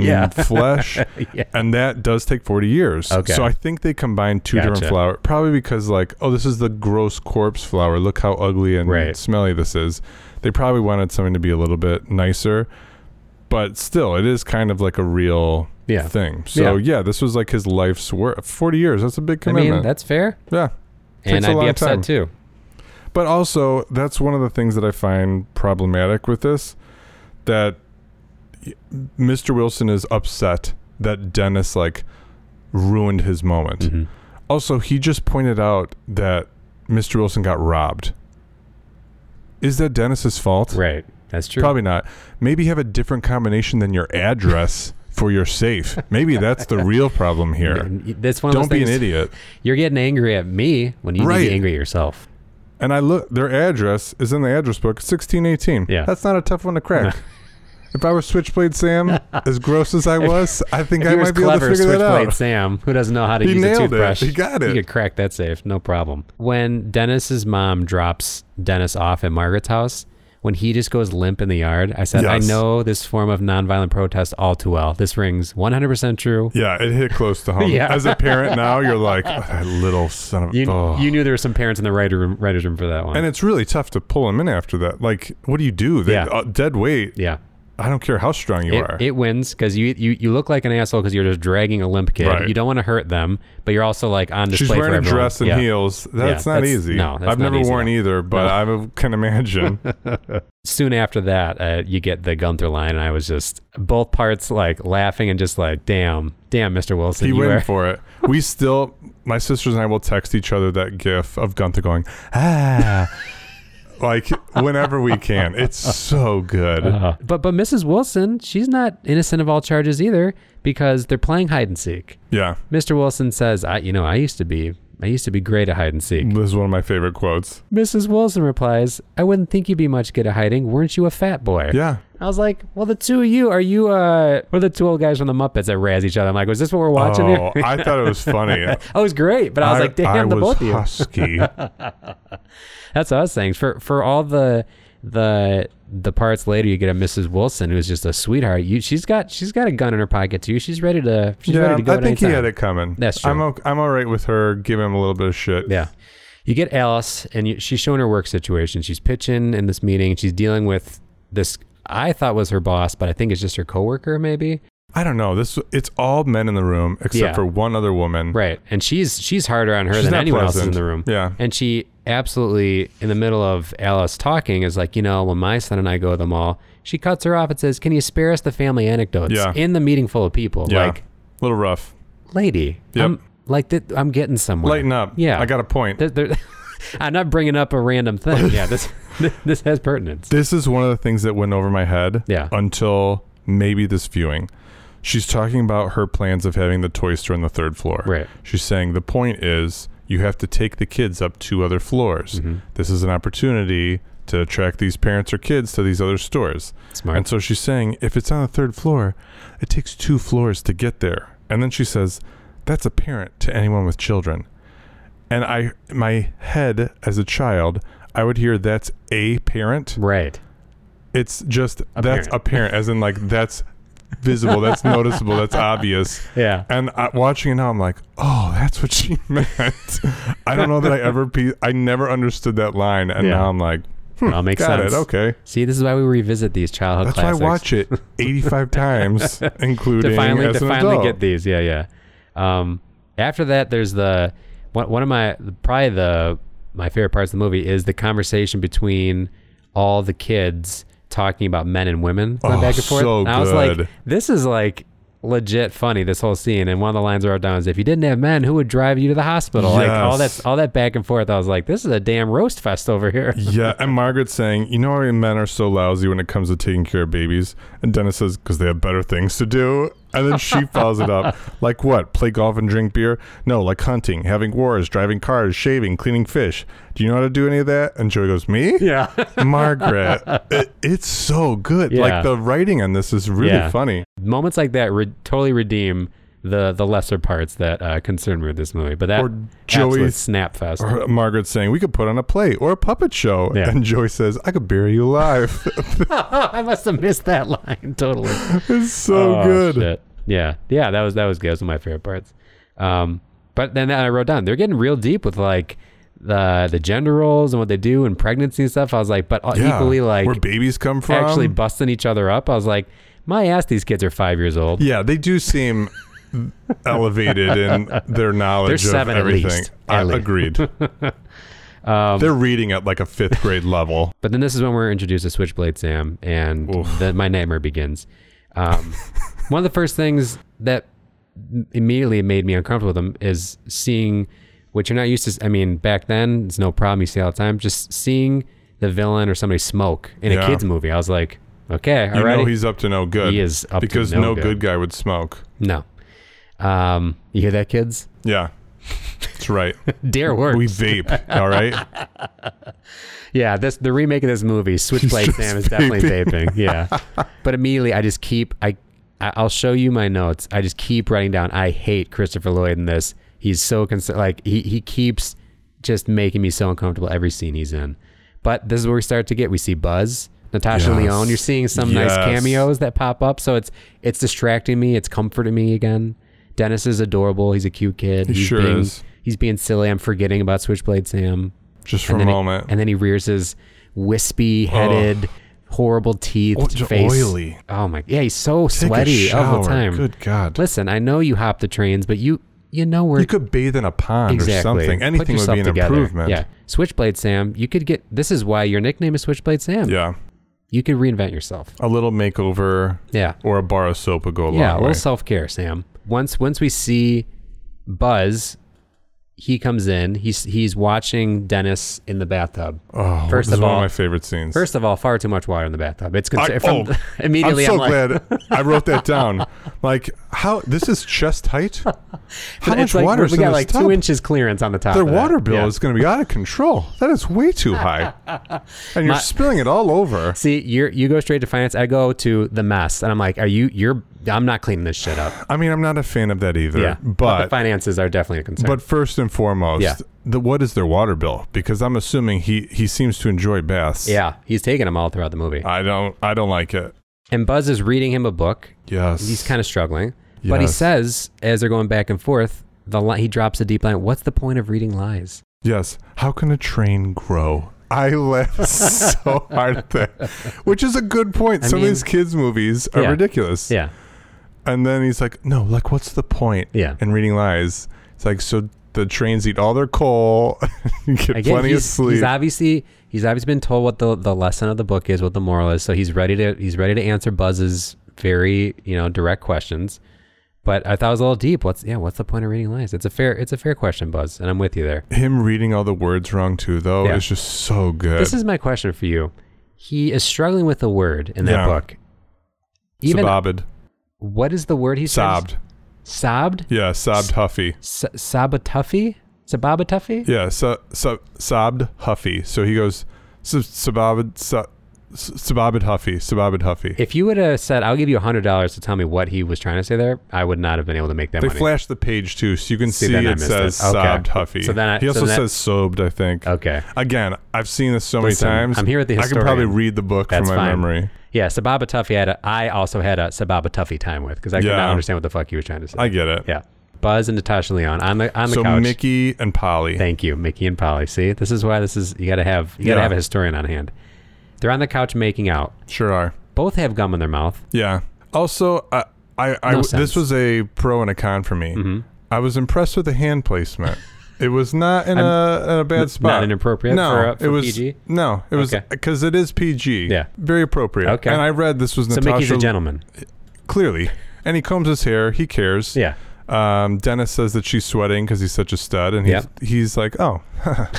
Yeah.
flesh,
Yeah.
and that does take 40 years.
Okay.
So I think they combined two
Gotcha.
different flower, probably because like, oh, this is the gross corpse flower. Look how ugly and
Right.
smelly this is. They probably wanted something to be a little bit nicer, but still, it is kind of like a real
Yeah.
thing. So
Yeah.
yeah. this was like his life's work. 40 years. That's a big
I
commitment.
mean, that's fair.
yeah.
and
Takes a
I'd be
long
upset
time.
too.
But also, that's one of the things that I find problematic with this that Mr. Wilson is upset that Dennis like ruined his moment.
Mm-hmm.
Also, he just pointed out that Mr. Wilson got robbed. Is that Dennis's fault?
Right. That's true.
Probably not. Maybe have a different combination than your address for your safe. Maybe that's the real problem here.
N- That's one of
Don't
those
be an
things-
idiot.
You're getting angry at me when you need to
Right.
be angry at yourself.
And I look, their address is in the address book, 1618.
Yeah.
That's not a tough one to crack. if I were Switchblade Sam, as gross as I was, I think
If
I
you're as
might be able to
clever
figure that
Switchblade
out.
Sam, who doesn't know how to
He
use a
nailed it.
toothbrush,
He got it.
You could crack that safe, no problem. When Dennis's mom drops Dennis off at Margaret's house, when he just goes limp in the yard, I said, "I
Yes.
know this form of nonviolent protest all too well. This rings 100% true."
Yeah, it hit close to home.
Yeah.
As a parent now, you're like, "Oh, that little son of a.
You, you knew there were some parents in the writer room, writers room for that one.
oh. and it's really tough to pull him in after that. Like, what do you do? They,
Yeah.
uh, dead weight.
yeah.
I don't care how strong you
it,
are.
it wins because you, you you look like an asshole because you're just dragging a limp kid.
Right.
You don't want to hurt them, but you're also like on display
She's wearing
for
a
everyone.
dress and
Yeah.
heels. That's not
that's-
easy.
no, that's
I've
not
never
easy
worn
at all.
either, but I can imagine.
Soon after that, uh, you get the Gunther line, and I was just both parts like laughing and just like, damn, damn, Mr. Wilson,
He
you
went
are.
for it. We still, my sisters and I will text each other that gif of Gunther going, ah, like whenever we can. It's so good.
Uh, but but Mrs. Wilson, she's not innocent of all charges either because they're playing hide and seek.
Yeah.
Mr. Wilson says, I you know I used to be I used to be great at hide and seek.
This is one of my favorite quotes.
Mrs. Wilson replies, I wouldn't think you'd be much good at hiding. Weren't you a fat boy?
Yeah.
I was like, well, the two of you, are you, uh, we're the two old guys from the Muppets that razz each other. I'm like, was this what we're watching
Oh,
here?
I thought it was funny.
I was great, but I was like, damn,
I
the
was
both of you.
husky.
That's what I was saying. For, for all the, the, the parts later, you get a Mrs. Wilson who's just a sweetheart. You, she's got, she's got a gun in her pocket too. She's ready to, she's
yeah,
ready to go
I
at
think he
any
had
time.
it coming.
That's true.
I'm, o- I'm all right with her giving him a little bit of shit.
Yeah. You get Alice, and you, she's showing her work situation. She's pitching in this meeting. She's dealing with this, I thought was her boss, but I think it's just her coworker, maybe.
I don't know. This It's all men in the room except
Yeah.
for one other woman.
Right. And she's she's harder on her
She's
than
not
anyone else in
pleasant.
the room.
Yeah.
And she absolutely in the middle of Alice talking is like, you know, when my son and I go to the mall, she cuts her off and says, Can you spare us the family anecdotes?
Yeah.
In the meeting full of people.
Yeah.
Like,
little rough.
lady,
Yep.
I'm like that I'm getting somewhere.
Lighten up.
Yeah.
I got a point.
There- there- I'm not bringing up a random thing. Yeah, this this has pertinence.
This is one of the things that went over my head
Yeah.
until maybe this viewing. She's talking about her plans of having the toy store on the third floor.
Right.
She's saying the point is you have to take the kids up two other floors.
Mm-hmm.
This is an opportunity to attract these parents or kids to these other stores.
Smart.
And so she's saying if it's on the third floor, it takes two floors to get there. And then she says that's apparent to anyone with children. And I my head as a child, I would hear that's a parent
Right.
it's just that's apparent as in like that's visible that's noticeable that's obvious
Yeah.
and I, watching it now i'm like oh that's what she meant i don't know that i ever pe- i never understood that line and
Yeah.
now i'm like "Hmm,
It all makes
got
sense.
it okay
See, this is why we revisit these childhood
that's
classics.
why i watch it 85 times including
to finally
as
to
an
finally
adult.
get these. Yeah, yeah. Um, after that, there's the one, one of my probably the my favorite parts of the movie is the conversation between all the kids talking about men and women going
Oh,
back and forth.
so
and I was like,
good.
this is like legit funny this whole scene and one of the lines I wrote down is if you didn't have men who would drive you to the hospital like all
Yes.
that all that back and forth I was like this is a damn roast fest over here
yeah and margaret's saying you know why men are so lousy when it comes to taking care of babies and dennis says because they have better things to do and then she follows it up like what play golf and drink beer no like hunting having wars driving cars shaving cleaning fish do you know how to do any of that and joey goes me
yeah
margaret it, it's so good
Yeah.
like the writing on this is really
Yeah.
funny
moments like that re- totally redeem the the lesser parts that uh, concern me with this movie. But that
Or
absolute
Joey's-
snap fest.
or Margaret's saying we could put on a play or a puppet show
Yeah.
and joey says i could bury you alive
I must have missed that line totally.
it's so
Oh,
good
shit. Yeah, yeah, that was that was good. That was one of my favorite parts. Um, but then I wrote down they're getting real deep with like the the gender roles and what they do and pregnancy and stuff. I was like, but uh,
Yeah.
equally like
where babies come from
actually busting each other up. I was like, my ass, these kids are five years old.
Yeah, they do seem elevated in their knowledge
They're seven
of
at
everything.
least,
I-
at least. Um,
agreed. They're reading at like a fifth grade level.
But then this is when we're introduced to Switchblade Sam, and the, my nightmare begins. Um, one of the first things that m- immediately made me uncomfortable with them is seeing, which you're not used to. s- I mean, back then it's no problem. You see all the time. Just seeing the villain or somebody smoke in a
Yeah.
kids movie, I was like, okay,
You
all right,
know he's up to no good.
He is up to
because
no
good.
good.
guy would smoke.
no. Um, you hear that, kids?
Yeah, that's right.
Dare works.
we vape. All right.
Yeah, this the remake of this movie, Switchblade Sam, is definitely vaping. Yeah, but immediately I just keep I I- I'll show you my notes. I just keep writing down. I hate Christopher Lloyd in this. He's so concerned. Like he he keeps just making me so uncomfortable every scene he's in. But this is where we start to get. We see Buzz, Natasha
Yes.
Leone. You're seeing some nice
Yes.
cameos that pop up. So it's it's distracting me. It's comforting me again. Dennis is adorable. He's a cute kid. He he's
sure
being,
is.
He's being silly. I'm forgetting about Switchblade Sam
Just for a
then he-
moment.
and then he rears his wispy headed, horrible teeth
Oh, j-
face.
oily.
Oh my! Yeah, he's so
Take a
sweaty all the
shower.
time.
Good God.
Listen, I know you hop the trains, but you you know where
you could bathe in a pond
exactly
or something.
Put
Anything would
yourself
be an
together.
improvement.
Yeah, Switchblade Sam. You could get. This is why your nickname is Switchblade Sam.
Yeah.
You could reinvent yourself.
A little makeover
Yeah.
or a bar of soap would go a
yeah, a
long
little
way.
self care, Sam. Once once we see Buzz, he comes in. He's he's watching Dennis in the bathtub.
oh,
first
this
of
is one
all-
of my favorite scenes.
First of all, far too much water in the bathtub. It's
I-
considered from
oh,
immediately.
I'm so
like,
glad I wrote that down. Like how this is chest height. How
it's
much
like,
water is
We
in
got
this
like
tub?
two inches clearance on the top.
Their
of that.
water bill
Yeah.
is going to be out of control. That is way too high, and you're spilling it all over.
See, you you go straight to finance. I go to the mess, and I'm like, "Are you? You're? I'm not cleaning this shit up."
I mean, I'm not a fan of that either.
Yeah, the
but
finances are definitely a concern.
but first and foremost,
Yeah.
the, what is their water bill? Because I'm assuming he he seems to enjoy baths.
yeah, he's taking them all throughout the movie,
I don't I don't like it.
and Buzz is reading him a book.
Yes,
He's kind of struggling, but he
Yes.
says as they're going back and forth, the li- he drops a deep line. What's the point of reading lies?
Yes. How can a train grow? I laughed so hard at that, which is a good point.
I
Some
mean-
of these kids' movies are
Yeah.
ridiculous.
Yeah,
And then he's like, "No, like, what's the point?"
Yeah.
And reading lies, it's like, so the trains eat all their coal, you get
Again,
plenty of
he's,
sleep.
he's obviously he's obviously been told what the, the lesson of the book is, what the moral is, so he's ready to he's ready to answer Buzz's very you know direct questions. But I thought it was a little deep. What's yeah? What's the point of reading lines? It's a fair it's a fair question, Buzz, and I'm with you there.
Him reading all the words wrong too, though,
Yeah.
is just so good.
This is my question for you. He is struggling with a word in that
Yeah.
book. Even
Sobbed.
what is the word he says?
Sobbed.
Sobbed.
Yeah, sobbed Huffy.
S- Sabatuffy? Sababatuffy?
Yeah, so, so, sobbed Huffy. So he goes, "Sub- sobbed, so- sobbed Huffy, sobbed Huffy.
If you would have said, I'll give you $100 to tell me what he was trying to say there, I would not have been able to make that
They
money.
flash the page too, so you can
See,
see,
then I
it
missed
says
it. Okay.
sobbed Huffy.
So then I-
he also
so then-
says sobbed, I think.
okay.
Again, I've seen this so
Listen,
many times.
I'm here with the
I can
historian.
probably read the book
That's
from my
fine.
memory.
Yeah, Sababatuffy had a, I also had a Sababatuffy time with because I could
Yeah.
not understand what the fuck he was trying to say.
I get it.
yeah. Buzz and Natasha Leon on the on the
So
couch.
Mickey and Polly.
Thank you, Mickey and Polly. See, this is why this is you gotta have you gotta
Yeah.
have a historian on hand. They're on the couch making out.
sure are.
Both have gum in their mouth.
Yeah. Also, I, I, I
No sense. Mm-hmm.
this was a pro and a con for me. I was impressed with the hand placement. it was not in a in a bad spot.
not inappropriate
No,
for, uh, for
it was
PG?
no. It was
Okay.
because it is PG.
Yeah.
very appropriate.
Okay.
and I read this was
So
Natasha
Mickey's a gentleman.
clearly, and he combs his hair. He cares.
Yeah.
Um, Dennis says that she's sweating because he's such a stud, and he's, he's like, oh.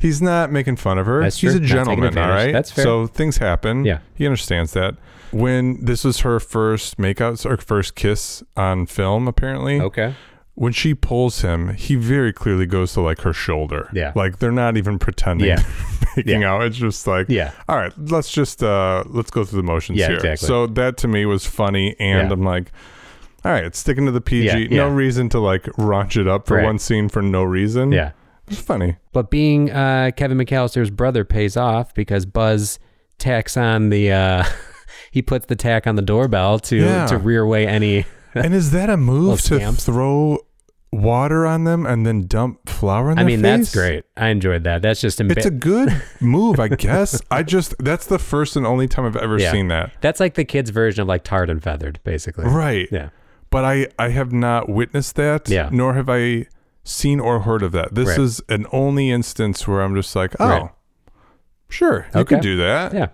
He's not making fun of her.
That's
He's
true. Not
a
taking
gentleman, all
advantage.
right?
That's fair.
So things happen.
Yeah.
He understands that. When this was her first makeout or first kiss on film, apparently.
Okay.
When she pulls him, he very clearly goes to like her shoulder.
Yeah.
Like they're not even pretending
Yeah.
they're making out. It's just like
Yeah.
All right, let's just uh let's go through the motions
Yeah,
here.
exactly.
So that to me was funny and
Yeah.
I'm like all right, sticking to the PG.
Yeah,
No
yeah.
reason to like raunch it up for
Right.
one scene for no reason.
Yeah.
It's funny.
But being uh, Kevin McAllister's brother pays off because Buzz tacks on the uh, he puts the tack on the doorbell to
Yeah.
to rear away any.
And is that a move
Little
to
scamps.
throw water on them and then dump flour in
I
their
mean, that's
face?
great. I enjoyed that. That's just emba-
It's a good move, I guess. I just that's the first and only time I've ever
Yeah.
seen that.
That's like the kids' version of like tarred and feathered, basically.
Right.
Yeah.
But I I have not witnessed that.
Yeah.
Nor have I seen or heard of that. This
Right.
is an only instance where I'm just like, oh,
Right.
sure, you
Okay.
could do that.
Yeah.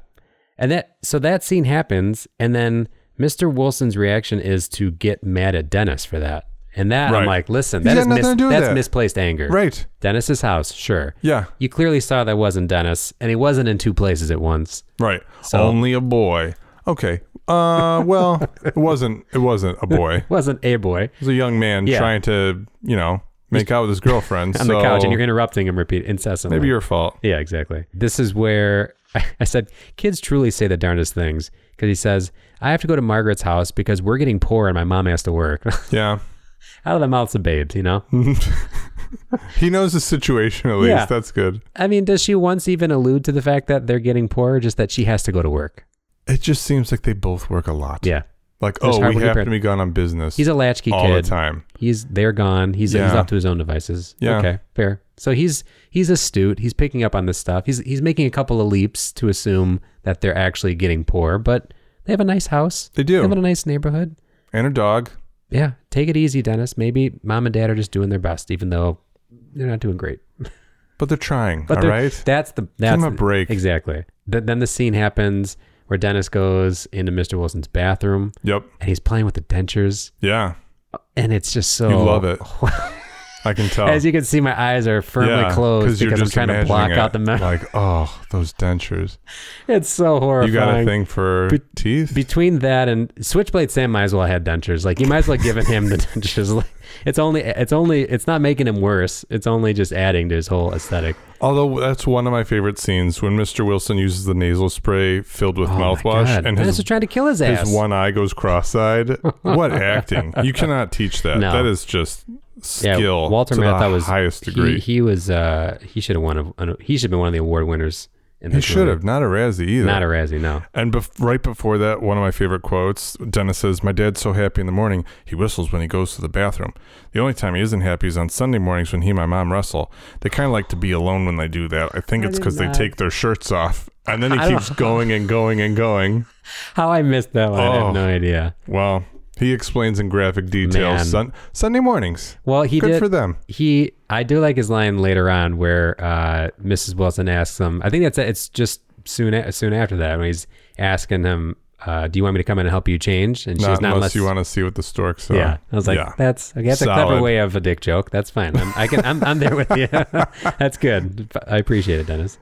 And that so that scene happens, and then Mr. Wilson's reaction is to get mad at Dennis for that. And that I'm
Right.
like, listen,
He's
that
got
is
nothing
mis-
to do with
that's
that.
misplaced anger.
Right.
Dennis's house, sure.
Yeah.
You clearly saw that wasn't Dennis, and he wasn't in two places at once.
Right.
So-
Only a boy. Okay. Uh, well, it wasn't. It wasn't a boy. It
Wasn't a boy
was a young man
Yeah.
trying to, you know, make out with his girlfriend.
on
so
the couch, and you're interrupting him repeat incessantly.
maybe your fault.
Yeah, exactly. This is where I said kids truly say the darndest things because he says, "I have to go to Margaret's house because we're getting poor and my mom has to work."
Yeah.
Out of the mouths of babes, you know.
He knows the situation at least.
Yeah.
That's good.
I mean, does she once even allude to the fact that they're getting poorer? Just that she has to go to work.
It just seems like they both work a lot.
Yeah,
Like,
There's
oh, we
hardworking
have
parents.
to be gone on business.
he's a latchkey
all
kid.
the time.
He's they're gone. He's he's
Yeah.
up to his own devices.
Yeah.
Okay, fair. So he's he's astute. He's picking up on this stuff. He's he's making a couple of leaps to assume that they're actually getting poor, but they have a nice house.
They do.
They live in a nice neighborhood.
And her dog.
Yeah, take it easy, Dennis. Maybe mom and dad are just doing their best, even though they're not doing great.
But they're trying,
But
all
they're-
right?
that's the that's
them a break.
Exactly. Th- then the scene happens where Dennis goes into Mr. Wilson's bathroom.
yep.
and he's playing with the dentures,
Yeah.
and it's just so.
You love it. I can tell.
Oh. As you can see, my eyes are firmly
Yeah,
closed
you're
because I'm
just
trying to
imagining
block
it.
out the memory.
Like, oh, those dentures.
it's so horrifying.
You got a thing for
Be-
teeth?
Between that and Switchblade Sam, might as well had dentures. Like you might as well given him the dentures. Like, it's only, it's only, it's not making him worse. It's only just adding to his whole aesthetic.
Although that's one of my favorite scenes when Mr. Wilson uses the nasal spray filled with
Oh my
mouthwash
God.
and
Dennis
his,
is trying to kill his ass.
his one eye goes cross-eyed. what acting? You cannot teach that.
No.
That is just skill.
Walter
to the
Matthau was
highest
he-
degree.
He, was, uh, he should have won. A, he should have been one of the award winners. In
He
this
should
movie.
have not a Razzie either.
Not a Razzie, no.
And bef- right before that, one of my favorite quotes, Dennis says, My dad's so happy in the morning, he whistles when he goes to the bathroom. The only time he isn't happy is on Sunday mornings when he and my mom wrestle. They kind of like to be alone when they do that. I think it's because they take their shirts off. And then he keeps going and going and going.
How I missed that one, I
Oh.
have no idea.
Well, he explains in graphic detail
Man.
sun- Sunday mornings.
Well, he
Good
did
for them.
He, I do like his line later on where uh, Mrs. Wilson asks him. I think that's it. It's just soon, a, soon after that when he's asking him uh, "Do you want me to come in and help you change?" And she's
Not,
not
unless
unless
you want to see what the storks saw.
Yeah, I was like,
Uh-huh. Yeah.
"That's okay, that's a
Solid.
clever way of a dick joke. That's fine. I'm, I can. I'm, I'm there with you. that's good. I appreciate it, Dennis."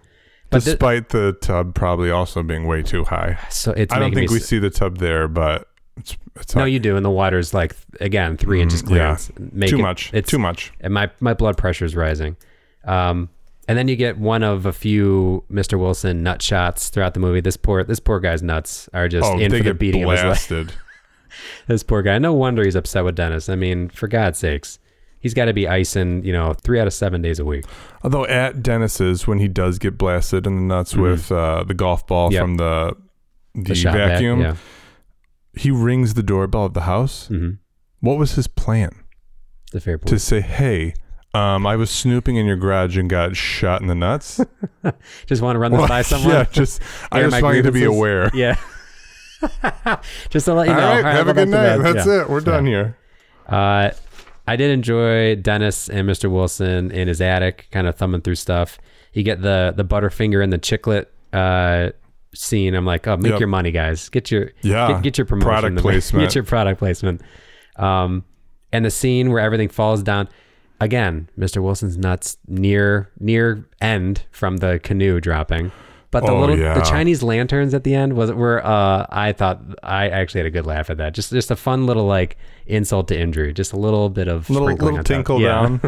But thi-
Despite the tub probably also being way too high.
so it's.
I don't
making me
think we
s-
see the tub there, but it's, it's
No,
high.
you do, and the water's like again three inches
Mm, yeah.
clear. It's make
too
it-
much.
It's
too much.
and my my blood pressure is rising. Um, and then you get one of a few Mr. Wilson nut shots throughout the movie. This poor this poor guy's nuts are just
Oh,
in
they
for the
get
beating of his life.
blasted.
This poor guy. No wonder he's upset with Dennis. I mean, for God's sakes, he's got to be icing. You know, three out of seven days a week.
Although at Dennis's, when he does get blasted in the nuts with uh, the golf ball
Mm-hmm. Yep.
from the the,
shot back,
vacuum,
yeah.
he rings the doorbell of the house.
Mhm.
What was his plan?
The fair point.
To say, "Hey, um, I was snooping in your garage and got shot in the nuts."
just want to run this by someone.
yeah, just I
Air
just
my
want you to be
grievances.
aware.
Yeah. just to let you know.
All right,
All right,
have
we'll back
a good
to
night.
bed.
That's
Yeah.
it. We're done
Yeah.
here.
Uh, I did enjoy Dennis and Mr. Wilson in his attic, kind of thumbing through stuff. You get the the Butterfinger and the Chiclet uh, scene. I'm like, oh, make
Yep.
your money, guys. Get your
Yeah.
get, get your promotion.
Product
The-
placement.
Get your product placement. Um, and the scene where everything falls down. Again, Mr. Wilson's nuts near near end from the canoe dropping. But the
Oh,
little
yeah.
the Chinese lanterns at the end was were uh I thought I actually had a good laugh at that. Just just a fun little like insult to injury, just a little bit of
Little
sprinkling
little
on top.
tinkle
Yeah.
down.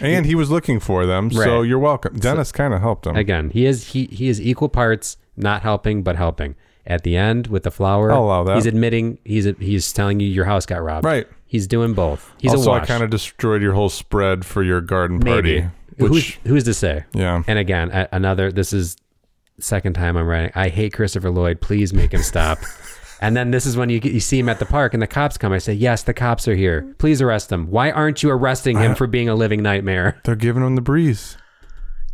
and he was looking for them, so
Right.
you're welcome. Dennis kind of helped him.
Again, he is he he is equal parts not helping but helping. At the end with the flower,
I'll allow that.
he's admitting he's he's telling you your house got robbed.
Right.
He's doing both. He's
also,
a
I
wash.
kind of destroyed your whole spread for your garden
Maybe.
party. Which,
who's, who's to say?
yeah.
And again, a- another. This is second time I'm writing. I hate Christopher Lloyd. Please make him stop. and then this is when you get, you see him at the park, and the cops come. I say, yes, the cops are here. Please arrest him. Why aren't you arresting
Uh-huh.
him for being a living nightmare?
They're giving him the breeze.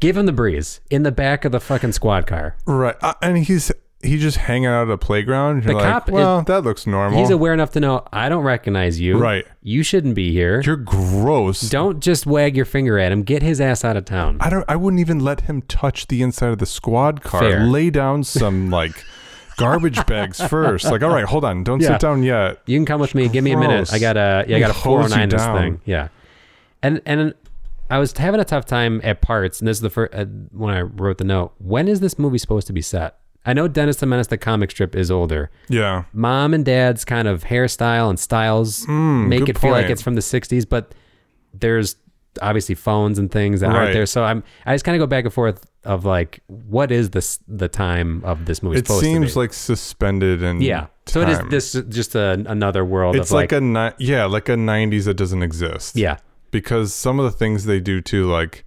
Give him the breeze in the back of the fucking squad car.
Right. Uh, and he's he just hanging out at a playground. You're
The
like,
cop is-
well, that looks normal.
He's aware enough to know I don't recognize you.
Oh. Right.
You shouldn't be here.
You're gross.
don't just wag your finger at him. Get his ass out of town.
I don't I wouldn't even let him touch the inside of the squad car.
Fair.
Lay down some like garbage bags first. Like, all right, hold on. Don't
Yeah.
sit down yet.
You can come with me. Give me a minute.
Gross.
I gotta, yeah, I
They
gotta
hose you
409 this
down.
thing. Yeah. And, and I was having a tough time at parts. And this is the first, uh, when I wrote the note, when is this movie supposed to be set? I know Dennis the Menace, the comic strip is older.
Yeah.
Mom and dad's kind of hairstyle and styles make
Hmm, good
it feel like
point.
it's from the 60s, but there's obviously phones and things that aren't
Right.
there. So I'm, I just kind of go back and forth of like, what is this, the time of this movie
It
supposed to
seems
be?
like suspended and
yeah. So it is
time.
this just a, another world
It's
of like,
like, a ni- yeah, like a '90s that doesn't exist.
yeah.
because some of the things they do too, like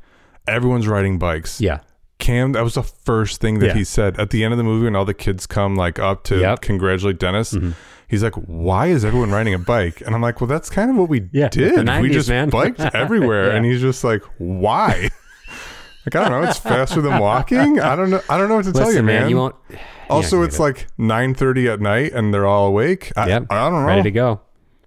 everyone's riding bikes.
Yeah.
Cam, that was the first thing that
Yeah.
he said at the end of the movie when all the kids come like up to
Yep. Mm-hmm.
congratulate Dennis. He's like, "Why is everyone riding a bike?" And I'm like, "Well, that's kind of what we
Yeah, it's the
did. we
90s,
just
man."
biked everywhere." And he's just like, "Why?" like I don't know. It's faster than walking. I don't know. I don't know what to tell you,
Listen,
man.
man, you won't. Yeah,
also,
I
it's
get it.
like 9:30 at night and they're all awake. I,
yep,
I don't know.
Ready to go.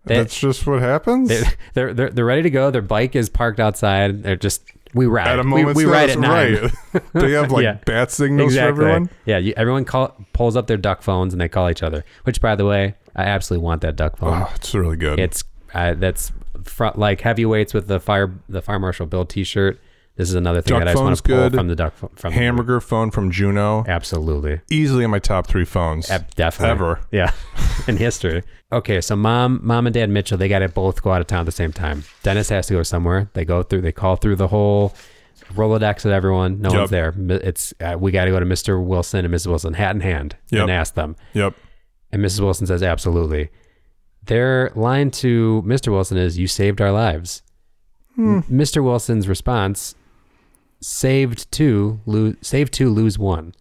They,
that's just what happens.
they're, they're they're ready to go. Their bike is parked outside. They're just we ride.
at a
we,
moment's
we ride
notice,
at nine.
right? they have like
Yeah.
bat signals for
Exactly.
everyone.
Yeah, you, everyone call, pulls up their duck phones and they call each other. Which, by the way, I absolutely want that duck phone.
Oh, it's really good.
It's uh, that's front like heavyweights with the fire the fire marshal Bill T-shirt. This is another thing
Duck
that I just want
phone's
to pull
good.
from the duck pho- from the-
hamburger phone from Juno.
Absolutely.
Easily in my top three phones.
Ab- Definitely.
Ever.
Yeah. In history. Okay, so mom, mom and dad Mitchell, they got to both go out of town at the same time. Dennis has to go somewhere. They go through. They call through the whole Rolodex of everyone. No
Yep.
one's there. Mi- It's uh, we got to go to Mr. Wilson and Mrs. Wilson, hat in hand,
Yep.
and ask them.
Yep.
And Mrs. Wilson says, "Absolutely." Their line to Mr. Wilson is, "You saved our lives." M-
Hmm.
Mr. Wilson's response, "Saved two, lose, save two, lose one."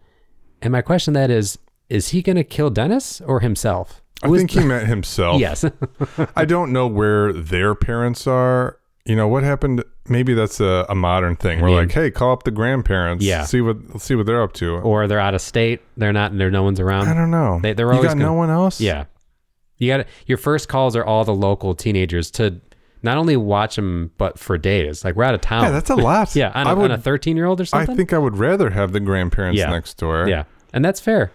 And my question that is, is he going to kill Dennis or himself?
I
Who is-
think he meant himself.
yes.
I don't know where their parents are. You know what happened? Maybe that's a, a modern thing. We're
mean-
like, hey, call up the grandparents.
Yeah.
See what see what they're up to.
or they're out of state. They're not. There, no one's around.
I don't know.
They- they're
you
always
got
gonna-
no one else.
Yeah. You got to your first calls are all the local teenagers to not only watch them, but for days. Like we're out of town.
Yeah, that's a lot.
yeah. On a-
I
on
would.
a thirteen year old or
I
something.
think I would rather have the grandparents
Yeah.
next door.
Yeah, and that's fair.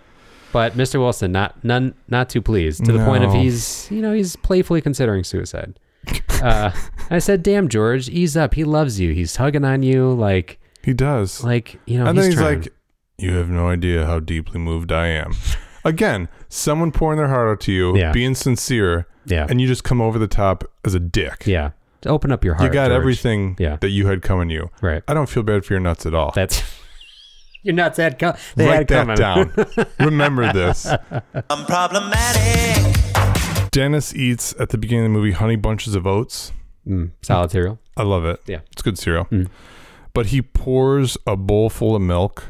But Mr. Wilson, not none, not too pleased to the point of
No.
he's, you know, he's playfully considering suicide. Uh, I said, "Damn, George, ease up. He loves you. He's hugging on you, like,
He does.
like you know."
and then he's
trying.
like, "You have no idea how deeply moved I am." Again, someone pouring their heart out to you,
Yeah.
being sincere,
"Yeah,
and you just come over the top as a dick.
yeah." Open up your heart.
you got
George.
everything
Yeah.
that you had coming you.
right.
I don't feel bad for your nuts at all.
That's you're nuts. That co- they
Write
had
that
coming.
down. Remember this. I'm problematic. Dennis eats at the beginning of the movie honey bunches of oats.
Mm, solid cereal.
I love it.
Yeah. Mm.
It's good cereal. But he pours a bowl full of milk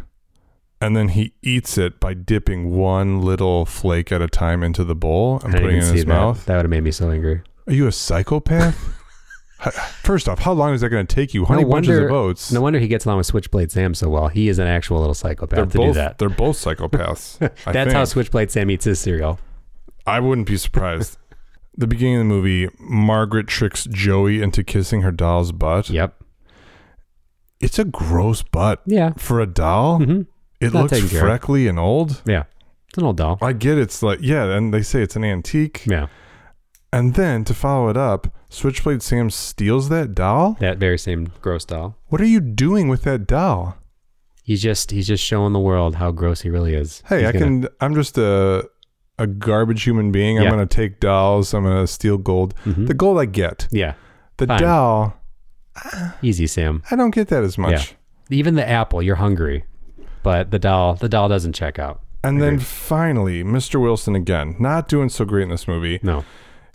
and then he eats it by dipping one little flake at a time into the bowl and
I didn't
putting it
even
in
see
his
that.
mouth.
That would have made me so angry.
Are you a psychopath? Hi- First off, how long is that going to take you? Honey bunches of oats.
No wonder he gets along with Switchblade Sam so well. He is an actual little psychopath
they're
to
both
do that.
they're both psychopaths. I
That's
think.
how Switchblade Sam eats his cereal.
I wouldn't be surprised. the beginning of the movie, Margaret tricks Joey into kissing her doll's butt.
Yep.
It's a gross butt
Yeah. Mm-hmm.
for a doll. It
Not
looks
taken care of.
freckly and old.
Yeah. It's an old doll.
I get it's like yeah, and they say it's an antique.
Yeah.
And then to follow it up, Switchblade Sam steals that doll.
That very same gross doll.
What are you doing with that doll?
He's just he's just showing the world how gross he really is.
Hey,
He's
I
gonna-
can. I'm just a a garbage human being. I'm
Yeah.
gonna take dolls. I'm gonna steal gold. The gold I get.
Yeah.
The
Fine.
doll,
Easy, Sam.
I don't get that as much.
Yeah. Even the apple, you're hungry. But the doll the doll doesn't check out.
And then finally, Mr. Wilson again, not doing so great in this movie.
No.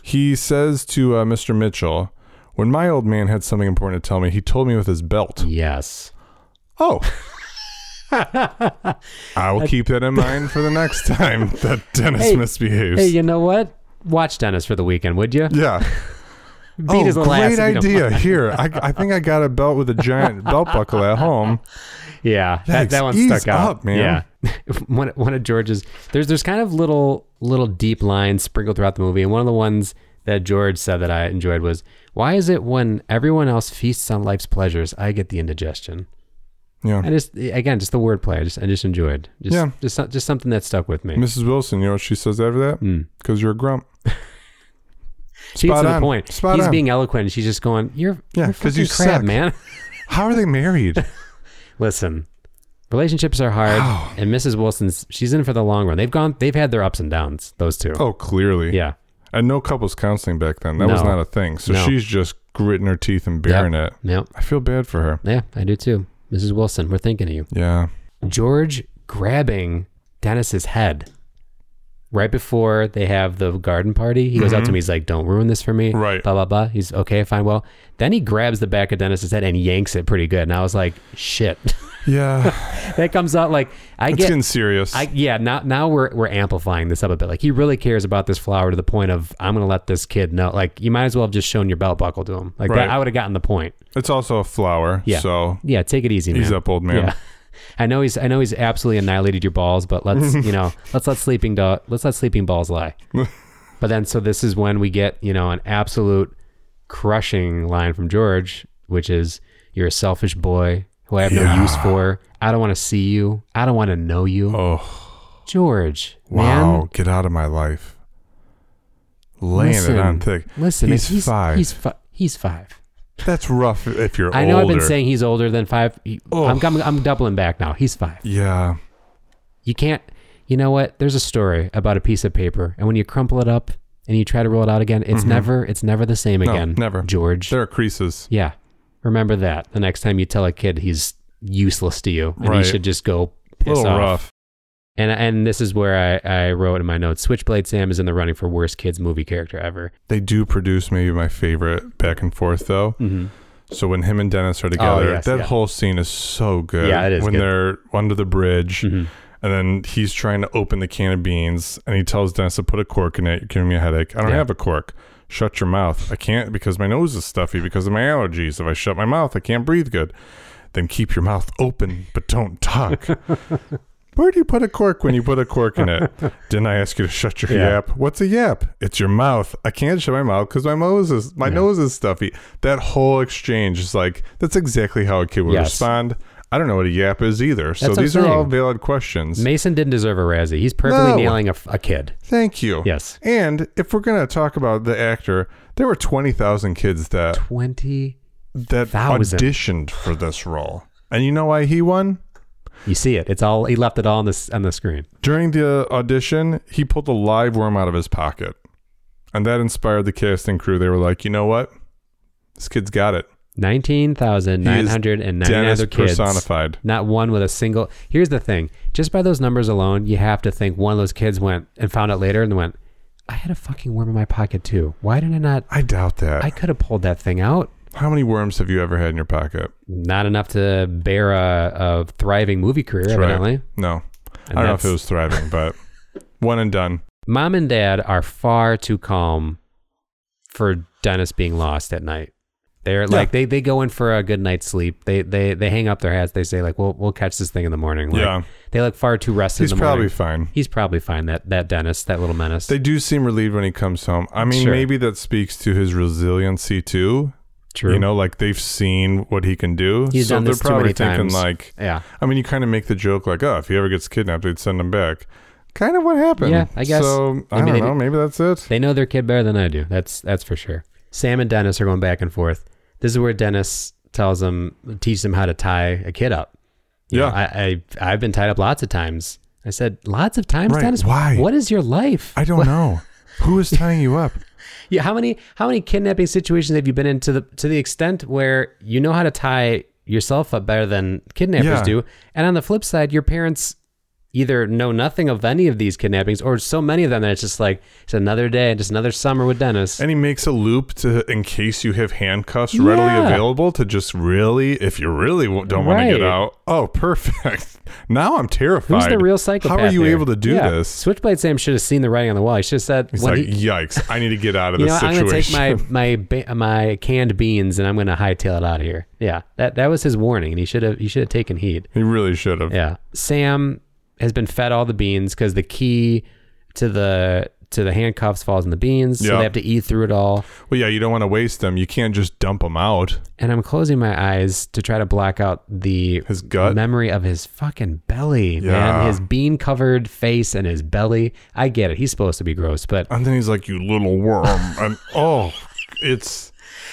He says to uh, Mr. Mitchell, "When my old man had something important to tell me, he told me with his belt."
Yes.
Oh. I will keep that in mind for the next time that Dennis
Hey,
misbehaves.
Hey, you know what? Watch Dennis for the weekend, would you?
yeah. Oh,
Beat his little ass
great
if you don't
idea!
mind.
Here, I, I think I got a belt with a giant belt buckle at home.
Yeah,
Yikes,
that, that one
ease
stuck out.
up, man.
Yeah, one one of George's there's there's kind of little little deep lines sprinkled throughout the movie, and one of the ones that George said that I enjoyed was, "Why is it when everyone else feasts on life's pleasures, I get the indigestion?"
Yeah,
I just again just the wordplay. I just I just enjoyed. Just,
Yeah.
just some- just something that stuck with me.
Mrs. Wilson, you know what she says after
Hmm.
that? Because you're a grump.
She gets
spot
to the
on.
point.
Spot
He's
on.
being eloquent. and She's just going, "You're
Yeah,
you're
'cause you
fucking crap,
suck."
man."
How are they married?
Listen, relationships are hard, and Mrs. Wilson's she's in for the long run. They've gone. They've had their ups and downs. Those two.
oh, clearly.
Yeah.
And no couples counseling back then. That was
No.
not a thing. So
No.
she's just gritting her teeth and bearing it.
Yep.
I feel bad for her.
Yeah, I do too. Mrs. Wilson, we're thinking of you.
Yeah.
George grabbing Dennis's head right before they have the garden party. He goes up to me. He's like, "Don't ruin this for me."
Mm-hmm. Right.
Blah blah blah. He's okay, fine, well. Then he grabs the back of Dennis's head and yanks it pretty good. And I was like, "Shit."
Yeah.
that comes out like I
it's
get.
getting serious.
I, yeah, now now we're we're amplifying this up a bit. Like he really cares about this flower to the point of I'm gonna let this kid know. Like you might as well have just shown your belt buckle to him. Like
Right.
that, I would have gotten the point.
it's also a flower.
Yeah.
So
Yeah, take it easy, man.
he's up, old man.
Yeah. I know he's I know he's absolutely annihilated your balls, but let's you know let's let sleeping dog let's let sleeping balls lie. but then so this is when we get you know an absolute crushing line from George, which is you're a selfish boy who I have no use for. I don't want to see you. I don't want to know you,
Oh,
George.
wow.
man,
Get out of my life. Laying
listen,
it on thick.
Listen,
he's,
if he's
five.
He's fi- he's five.
That's rough if you're
I know I've been
older.
saying he's older than five. I'm, I'm I'm doubling back now. He's five.
Yeah.
You can't. You know what? There's a story about a piece of paper, and when you crumple it up and you try to roll it out again, it's never it's never the same
Mm-hmm. No,
again.
never.
George.
There are creases.
Yeah. Remember that the next time you tell a kid he's useless to you, and he
Right.
should just go
A
piss
little
off.
rough.
And and this is where I I wrote in my notes: Switchblade Sam is in the running for worst kids movie character ever.
They do produce maybe my favorite back and forth though. So when him and Dennis are together,
Mm-hmm. Oh, yes,
that
yeah.
whole scene is so good.
Yeah, it is
When
good. Mm-hmm.
they're under the bridge, and then he's trying to open the can of beans, and he tells Dennis to put a cork in it. You're giving me a headache. I don't
Yeah.
have a cork. Shut your mouth. I can't because my nose is stuffy because of my allergies. If I shut my mouth, I can't breathe good. Then keep your mouth open, but don't talk. Where do you put a cork when you put a cork in it? Didn't I ask you to shut your
Yeah.
yap? What's a yap? It's your mouth. I can't shut my mouth because my nose is my nose is stuffy. That whole exchange is like that's exactly how a kid would
Yes.
respond. I don't know what a yap is either. So
That's what I'm
these are all
saying.
valid questions.
Mason didn't deserve a Razzie. He's perfectly
No.
nailing a, f- a kid.
Thank you.
Yes.
And if we're gonna talk about the actor, there were twenty thousand kids that
Twenty.
that
Thousand.
auditioned for this role, and you know why he won?
You see it. It's all. He left it all on the s- on the screen.
During the audition, he pulled a live worm out of his pocket, and that inspired the casting crew. They were like, you know what? This kid's got it.
Nineteen thousand
He
nine
is
hundred and ninety-nine
Dennis
other kids.
personified.
Not one with a single. Here's the thing. Just by those numbers alone, you have to think one of those kids went and found out later and went, "I had a fucking worm in my pocket too. Why didn't I not?
I doubt that.
I could have pulled that thing out."
How many worms have you ever had in your pocket?
Not enough to bear a, a thriving movie career,
That's right.
evidently.
No.
And
I don't know if it
that's-
was thriving, but one and done.
Mom and dad are far too calm for Dennis being lost at night. They're like they, they go in for a good night's sleep. They they they hang up their hats. They say like we'll we'll catch this thing in the morning. Like,
Yeah.
They look far too rested.
He's
in the
probably
morning.
fine.
He's probably fine. That that Dennis, that little menace.
They do seem relieved when he comes home. I mean,
Sure.
maybe that speaks to his resiliency too.
True.
You know, like they've seen what he can do.
He's
so
done
they're
this too
probably
many
thinking
times.
like
yeah.
I mean, you kind of make the joke like, "Oh, if he ever gets kidnapped, they'd send him back." Kind of what happened.
Yeah, I guess.
So I
Maybe
don't
they
know.
did-
Maybe that's it.
They know their kid better than I do. That's that's for sure. Sam and Dennis are going back and forth. This is where Dennis tells him, teaches him how to tie a kid up. You
Yeah.
know, I, I I've been tied up lots of times. I said lots of times,
Right.
Dennis.
Why?
What is your life?
I don't know who is tying you up.
Yeah, how many how many kidnapping situations have you been in to the to the extent where you know how to tie yourself up better than kidnappers
Yeah.
do? And on the flip side, your parents either know nothing of any of these kidnappings or so many of them that it's just like it's another day, just another summer with Dennis.
And he makes a loop to, in case you have handcuffs readily
Yeah.
available, to just really, if you really w- don't want to get
Right.
out. Oh, perfect. now I'm terrified.
Who's the real psychopath?
How are you
here?
able to do
Yeah.
this?
Switchblade Sam should have seen the writing on the wall. He should have said,
He's
when
like,
he-
yikes! I need to get out of
"You know,
this
what, I'm going to take
situation.
my my ba- my canned beans and I'm going to hightail it out of here." Yeah, that that was his warning, and he should have he should have taken heed.
he really should have.
Yeah. Sam has been fed all the beans because the key to the to the handcuffs falls in the beans, so
Yeah.
they have to eat through it all.
Well, yeah, you don't want to waste them. You can't just dump them out.
And I'm closing my eyes to try to black out the
His gut?
memory of his fucking belly,
Yeah.
man. His bean covered face and his belly. I get it. He's supposed to be gross, but
And then he's like, "You little worm," and oh, it's.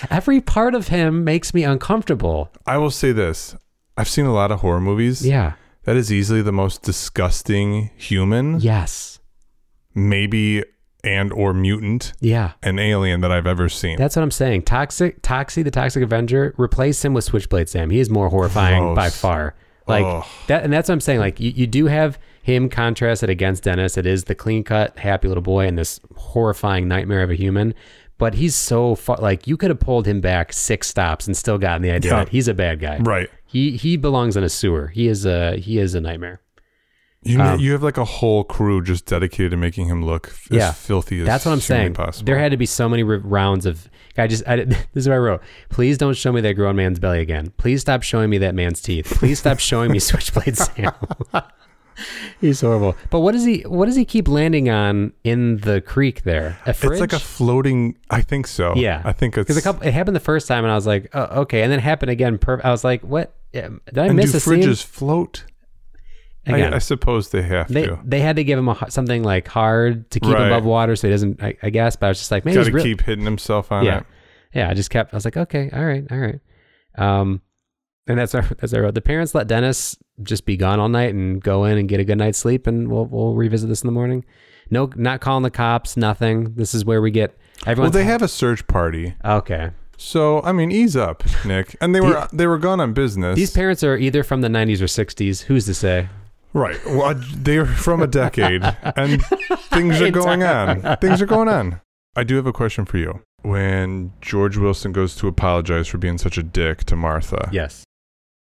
every part of him makes me uncomfortable.
I will say this: I've seen a lot of horror movies.
Yeah.
that is easily the most disgusting human,
Yes.
maybe and or mutant,
Yeah.
an alien that I've ever seen.
That's what I'm saying. Toxic, Toxie, the Toxic Avenger, replace him with Switchblade Sam. He is more horrifying
Gross.
by far. Like
Ugh.
that, and that's what I'm saying. Like you, you do have him contrasted against Dennis. It is the clean cut, happy little boy, and this horrifying nightmare of a human. But he's so far. Like you could have pulled him back six stops and still gotten the idea
Yeah.
that he's a bad guy.
right.
He he belongs in a sewer. He is a he is a nightmare.
You
Um,
know, you have like a whole crew just dedicated to making him look f- as
yeah,
filthy as
that's what I'm
humanly
saying.
Possible.
There had to be so many re- rounds of. I just I, did- this is what I wrote. Please don't show me that grown man's belly again. Please stop showing me that man's teeth. Please stop showing me Switchblade Sam. He's horrible. But what does he? What does he keep landing on in the creek there? A fridge.
it's like a floating. I think so.
yeah.
I think it's
because a couple. It happened the first time, and I was like, oh, okay. And then it happened again. Per- I was like, what? Yeah, Did I
And do
miss a
fridges float?
scene?
I, I suppose they have
they,
to.
they had to give him a, h- something like hard to keep
Right.
above water so he doesn't. I, I guess, but I was just like, maybe
Got
he's
to
really,
keep hitting himself on
yeah.
it.
Yeah, I just kept I was like, okay, all right, all right. Um and that's our that's our the parents let Dennis just be gone all night and go in and get a good night's sleep and we'll we'll revisit this in the morning. No not calling the cops, nothing. This is where we get
Well,
everyone
they have a search party,
Okay.
so I mean, ease up, Nick. And they were they were gone on business.
These parents are either from the 90s or 60s. Who's to say?
Right. Well, they're from a decade and things are going on. Things are going on. I do have a question for you. When George Wilson goes to apologize for being such a dick to Martha,
Yes.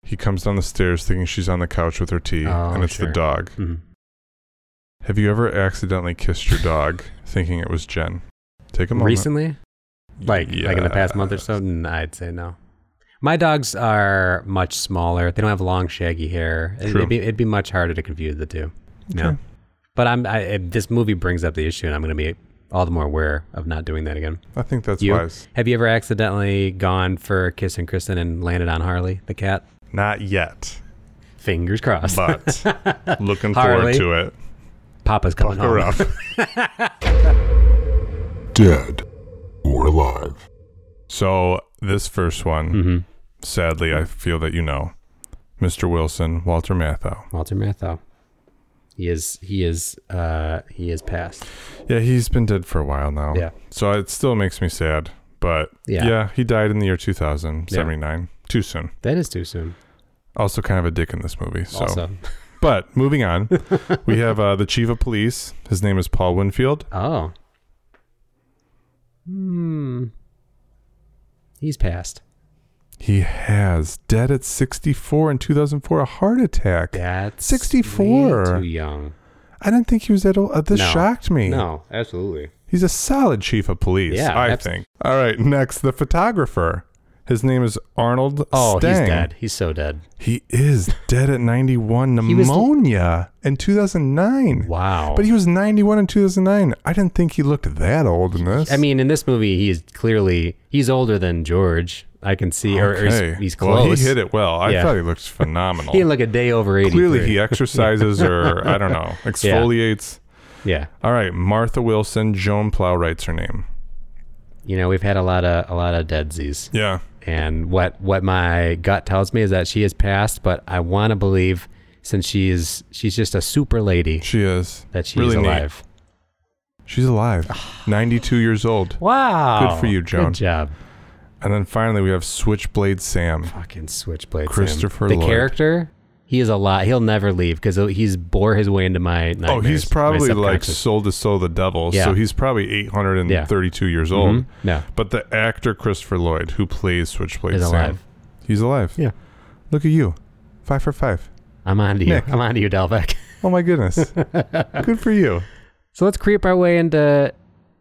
he comes down the stairs thinking she's on the couch with her tea
Oh,
and it's the
sure.
dog.
Mhm.
Have you ever accidentally kissed your dog thinking it was Jen? Take a moment.
Recently? Like like in the past month or
Yes.
so? N- I'd say no. My dogs are much smaller. They don't have long shaggy hair. It-
True.
It'd be, it'd be much harder to confuse the two. Yeah.
Okay.
But I'm I, it- this movie brings up the issue, and I'm going to be all the more aware of not doing that again.
I think that's
You
wise.
have you ever accidentally gone for a kiss and Kristen and landed on Harley the cat?
Not yet.
Fingers crossed.
but looking
Harley.
forward to it.
Papa's coming
Buck her
home.
up.
Dead or alive.
So this first one,
Mhm.
sadly, I feel that you know, Mr. Wilson, Walter Matthau.
Walter Matthau. He is. He is. Uh, he is passed.
Yeah, he's been dead for a while now.
Yeah.
So it still makes me sad, but
Yeah.
yeah, he died in the year 2000,
Yeah.
79. Too soon.
That is too soon.
Also, kind of a dick in this movie. So,
Also.
but moving on, we have uh, the chief of police. His name is Paul Winfield.
Oh. Hmm. He's passed.
He has dead at 64 in 2004, a heart attack.
That's
64.
way Too young.
I didn't think he was that old. Uh, this
No.
shocked me.
No, absolutely.
He's a solid chief of police,
Yeah,
I
abs-
think. All right, next, the photographer. His name is Arnold
Oh,
Stang.
he's dead. He's so dead.
He is dead at 91.
He was-
Pneumonia in 2009.
Wow.
But he was 91 in 2009. I didn't think he looked that old in this.
I mean, in this movie, he is clearly he's older than George. I can see, or, or
Okay.
he's, he's close.
Well, he hit it well. I
Yeah.
thought he looked phenomenal.
He had like a day over eighty.
Clearly, he exercises or, I don't know, exfoliates.
Yeah,
All right, Martha Wilson, Joan Plow writes her name.
you know, we've had a lot of a lot of deadsies,
Yeah.
and what what my gut tells me is that she is passed. But I want to believe, since she is she's just a super lady,
She is.
that she's
Really neat.
alive.
She's alive. 92 years old.
Wow,
Good for you, Joan.
Good job,
And then finally, we have Switchblade Sam.
fucking switchblade. Sam.
Christopher
the
Lloyd.
character. He is a lot. He'll never leave because he's bore his way into my nightmares.
Oh, he's
my
probably like
subconscious.
soul to soul the devil.
Yeah.
So he's probably 832 years old.
Mhm. Yeah.
But the actor Christopher Lloyd, who plays Switchblade
Is
Sam,
alive.
he's alive.
Yeah.
Look at you. Five for five.
I'm on to you.
Nick.
I'm on to you, Delbeck.
Oh, my goodness. Good for you.
So let's creep our way into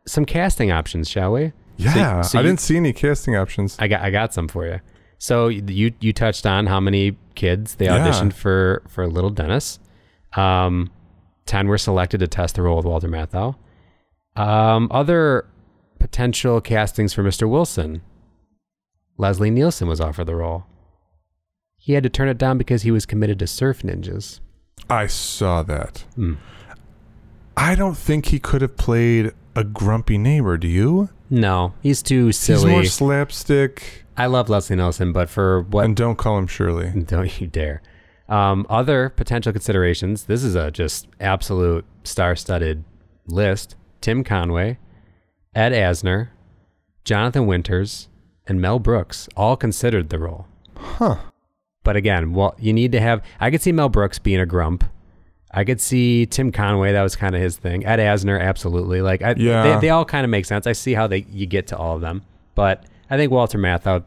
some casting options, shall we?
Yeah.
so
I
you-
didn't see any casting options.
I got I got some for you. So you you touched on how many kids they
Yeah.
auditioned for for Little Dennis. Um, ten were selected to test the role with Walter Matthau. Um, other potential castings for Mr. Wilson. Leslie Nielsen was offered the role. He had to turn it down because he was committed to surf ninjas.
I saw that.
Hmm.
I don't think he could have played a grumpy neighbor, do you?
No, he's too silly.
He's more slapstick.
I love Leslie Nielsen, but for what
And don't call him Shirley.
Don't you dare. Um, other potential considerations. This is a just absolute star-studded list. Tim Conway, Ed Asner, Jonathan Winters, and Mel Brooks all considered the role.
Huh.
But again, well, you need to have. I could see Mel Brooks being a grump. I could see Tim Conway. That was kind of his thing. Ed Asner, absolutely. Like, I,
Yeah.
they, they all kind of make sense. I see how they you get to all of them. But I think Walter Matthau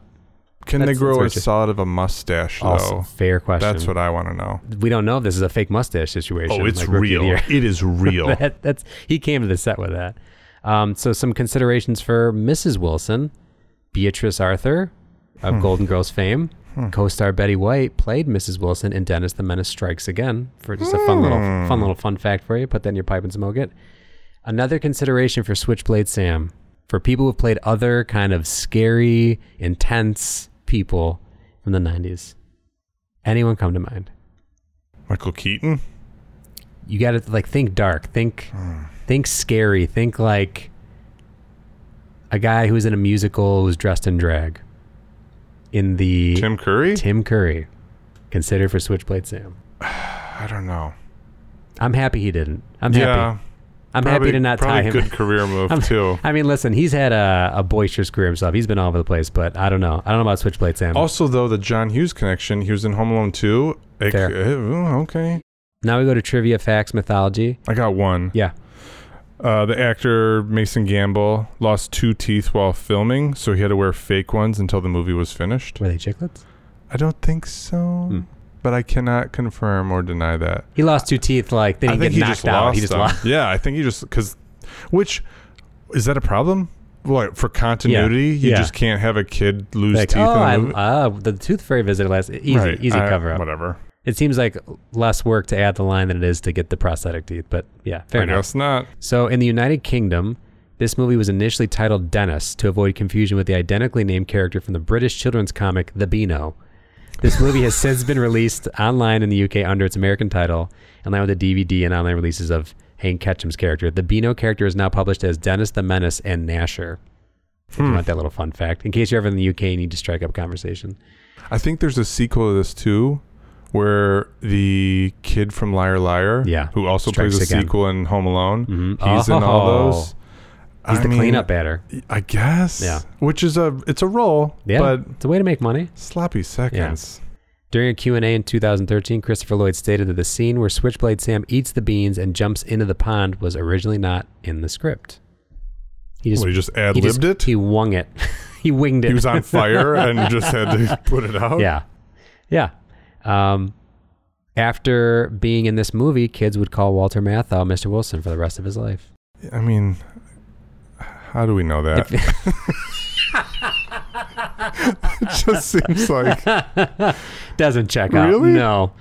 Can
That's-
they grow
that's
as
righteous.
solid of a mustache
also
though?
fair question.
Oh, That's what I want to know.
we don't know if this is a fake mustache situation. like Rookie of the Year.
Oh, It is real.
that, that's he came to the set with that. Um, so some considerations for Mrs. Wilson, Beatrice Arthur of Golden Girls fame, co-star Betty White played Mrs. Wilson in Dennis the Menace Strikes Again. For just a fun little fun little fun fact for you, put that in your pipe and smoke it. Another consideration for Switchblade Sam, for people who've played other kind of scary, intense people from the '90s. Anyone come to mind?
Michael Keaton.
you got to like think dark, think
Hmm.
think scary, think like a guy who's in a musical who's dressed in drag. In the
Tim Curry.
Tim Curry, considered for Switchblade Sam.
I don't know.
I'm happy he didn't. I'm
yeah,
happy. I'm
probably,
happy to not tie
probably
him.
Good career move
I'm-
too.
I mean, listen, he's had a, a boisterous career himself. He's been all over the place, but I don't know. I don't know about Switchblade Sam.
Also, though the John Hughes connection, he was in Home Alone 2. It-
Fair.
eh, ooh, okay,
now we go to trivia, facts, mythology.
I got one.
Yeah.
Uh, the actor Mason Gamble lost two teeth while filming, so he had to wear fake ones until the movie was finished.
Were they chiclets?
I don't think so,
Hmm.
but I cannot confirm or deny that.
He lost two teeth. Like they
I
didn't
think
get
he
knocked
just
out.
lost
he just
them.
lost.
Yeah, I think he just because, which is that a problem? What for continuity? You
yeah.
just can't have a kid lose
Like,
teeth.
oh,
in a
I,
movie.
uh, the tooth fairy visited last. Easy,
Right,
easy
I-
cover up.
Whatever.
It seems like less work to add the line than it is to get the prosthetic teeth, but yeah, fair
I
enough.
guess not.
So in the United Kingdom, this movie was initially titled Dennis to avoid confusion with the identically named character from the British children's comic The Beano. This movie has since been released online in the UK under its American title, and now with the DVD and online releases of Hank Ketcham's character. The Beano character is now published as Dennis the Menace and Nasher. If
Hmm.
you want that little fun fact, in case you're ever in the UK and need to strike up conversation.
I think there's a sequel to this too, where the kid from Liar Liar,
Yeah.
who also
Strikes
plays a
again.
sequel in Home Alone, he's in
Oh.
all those.
He's
I
the
mean,
cleanup batter.
I guess.
Yeah.
Which is a it's a role,
Yeah,
but
it's a way to make money.
sloppy seconds.
During a Q&A in 2013, Christopher Lloyd stated that the scene where Switchblade Sam eats the beans and jumps into the pond was originally not in the script. He
Well, he just
he
ad-libbed it?
He wung it. he winged it.
He was on fire and just had to put it out.
yeah. Yeah. Um, after being in this movie, kids would call Walter Matthau Mr. Wilson for the rest of his life.
I mean, how do we know that? it just seems like
Doesn't check out.
Really?
No.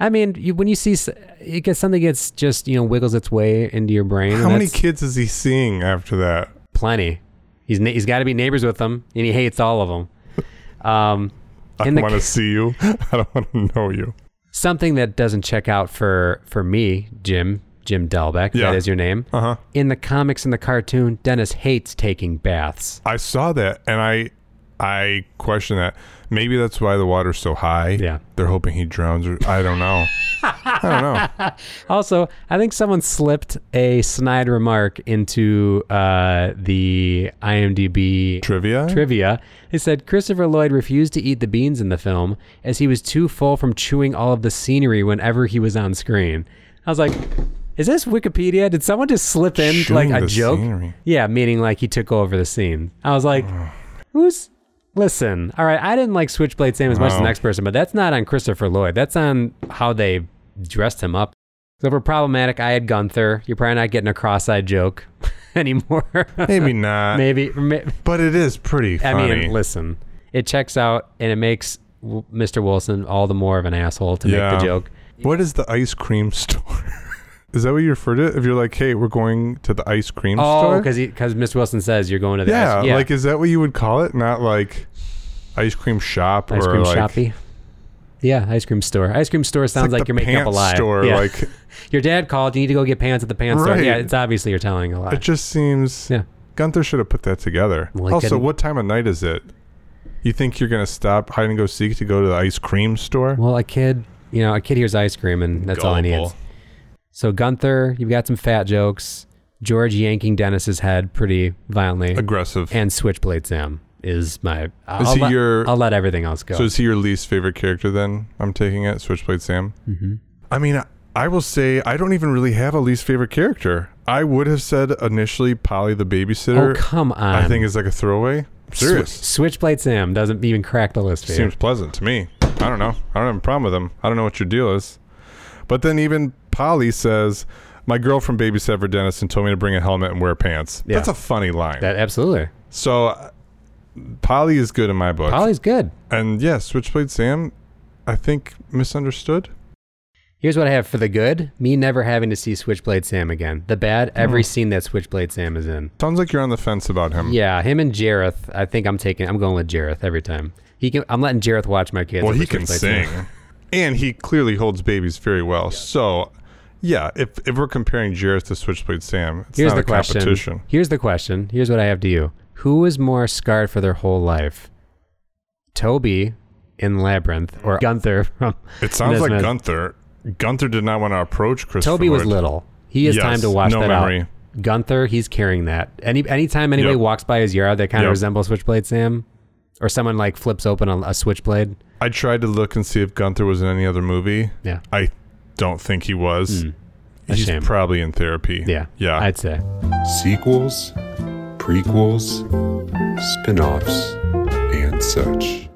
I mean, you, when you see s- it gets something gets just, you know, wiggles its way into your brain. and
how many
that's-
kids is he seeing after that?
plenty. He's na- he's got to be neighbors with them, and he hates all of them. Um,
I
In the
want to
ca-
see you. I don't want to know you.
something that doesn't check out for for me, Jim Jim Delbeck.
Yeah.
That is your name.
Uh huh.
In the comics and the cartoon, Dennis hates taking baths.
I saw that and I I question that. Maybe that's why the water's so high.
Yeah.
They're hoping he drowns or I don't know. I don't know.
Also, I think someone slipped a snide remark into uh, the IMDb
Trivia?
trivia. They said Christopher Lloyd refused to eat the beans in the film as he was too full from chewing all of the scenery whenever he was on screen. I was like, is this Wikipedia? Did someone just slip in
Chewing
like a
the
joke?
scenery.
Yeah, meaning like he took over the scene. I was like, who's. Listen, all right, I didn't like Switchblade Sam as much as the
No.
next person, but that's not on Christopher Lloyd. That's on how they dressed him up. So for problematic, I had Gunther. You're probably not getting a cross-eyed joke anymore.
Maybe not.
Maybe, may-
But it is pretty
I
funny.
mean, listen, it checks out and it makes w- Mr. Wilson all the more of an asshole to
Yeah.
make the joke.
What is the ice cream store? is that what you refer to it? If you're like, hey, we're going to the ice cream
Oh,
store?
because because Mr. Wilson says you're going to the
yeah,
ice,
Like, is that what you would call it? Not like ice cream shop
ice
or
cream
like.
shoppy. Yeah, ice cream store. Ice cream store
It's
sounds like,
the
you're making up a
pants
lie.
Store,
yeah.
like
your dad called. You need to go get pants at the pants store.
Right.
Yeah, it's obviously you're telling a lie.
it just seems.
Yeah.
Gunther should have put that together.
Well, he
also,
couldn't-
what time of night is it? You think you're gonna stop hide and go seek to go to the ice cream store?
Well, a kid, you know, a kid hears ice cream and that's all he needs.
Gullible.
So Gunther, you've got some fat jokes. George yanking Dennis's head pretty violently.
Aggressive.
and Switchblade Sam is my. I'll,
he
let,
your-
I'll let everything else go.
So is he your least favorite character then? I'm taking it, Switchblade Sam. Mm-hmm. I mean, I- I will say I don't even really have a least favorite character. I would have said initially Polly the babysitter.
oh come on!
I think is like a throwaway. I'm
Swi-
serious.
Switchblade Sam doesn't even crack the list. Seems
Seems pleasant to me. I don't know. I don't have a problem with him. I don't know what your deal is. But then even Polly says, "My girlfriend babysat for Dennis and told me to bring a helmet and wear pants."
Yeah.
That's a funny line.
that absolutely.
so uh, Polly is good in my book.
Polly's good.
And yeah, Switchblade Sam, I think misunderstood.
Here's what I have for the good: me never having to see Switchblade Sam again. The bad:
Hmm.
every scene that Switchblade Sam is in.
Sounds like you're on the fence about him.
Yeah, him and Jareth. I think I'm taking. I'm going with Jareth every time. He can. I'm letting Jareth watch my kids.
well,
over
he can
Switchblade Sam.
sing, and he clearly holds babies very well. So, yeah, if if we're comparing Jareth to Switchblade Sam, it's
Here's
not
the
a
question.
competition.
Here's the question. Here's what I have to you. Who is more scarred for their whole life? Toby in Labyrinth or Gunther from
It sounds like
Nesmith?
Gunther. Gunther did not want to approach Christopher.
Toby was
Lloyd.
little. He has
Yes,
time to watch
no
that
memory.
out. Gunther, he's carrying that. Any anytime anybody
Yep.
walks by his yard that kind of
Yep.
resembles Switchblade Sam, or someone like flips open a, a Switchblade.
I tried to look and see if Gunther was in any other movie.
Yeah.
I don't think he was.
Hmm. A
He's
shame.
probably in therapy.
yeah.
Yeah.
I'd say.
Sequels, prequels, spin offs, and such.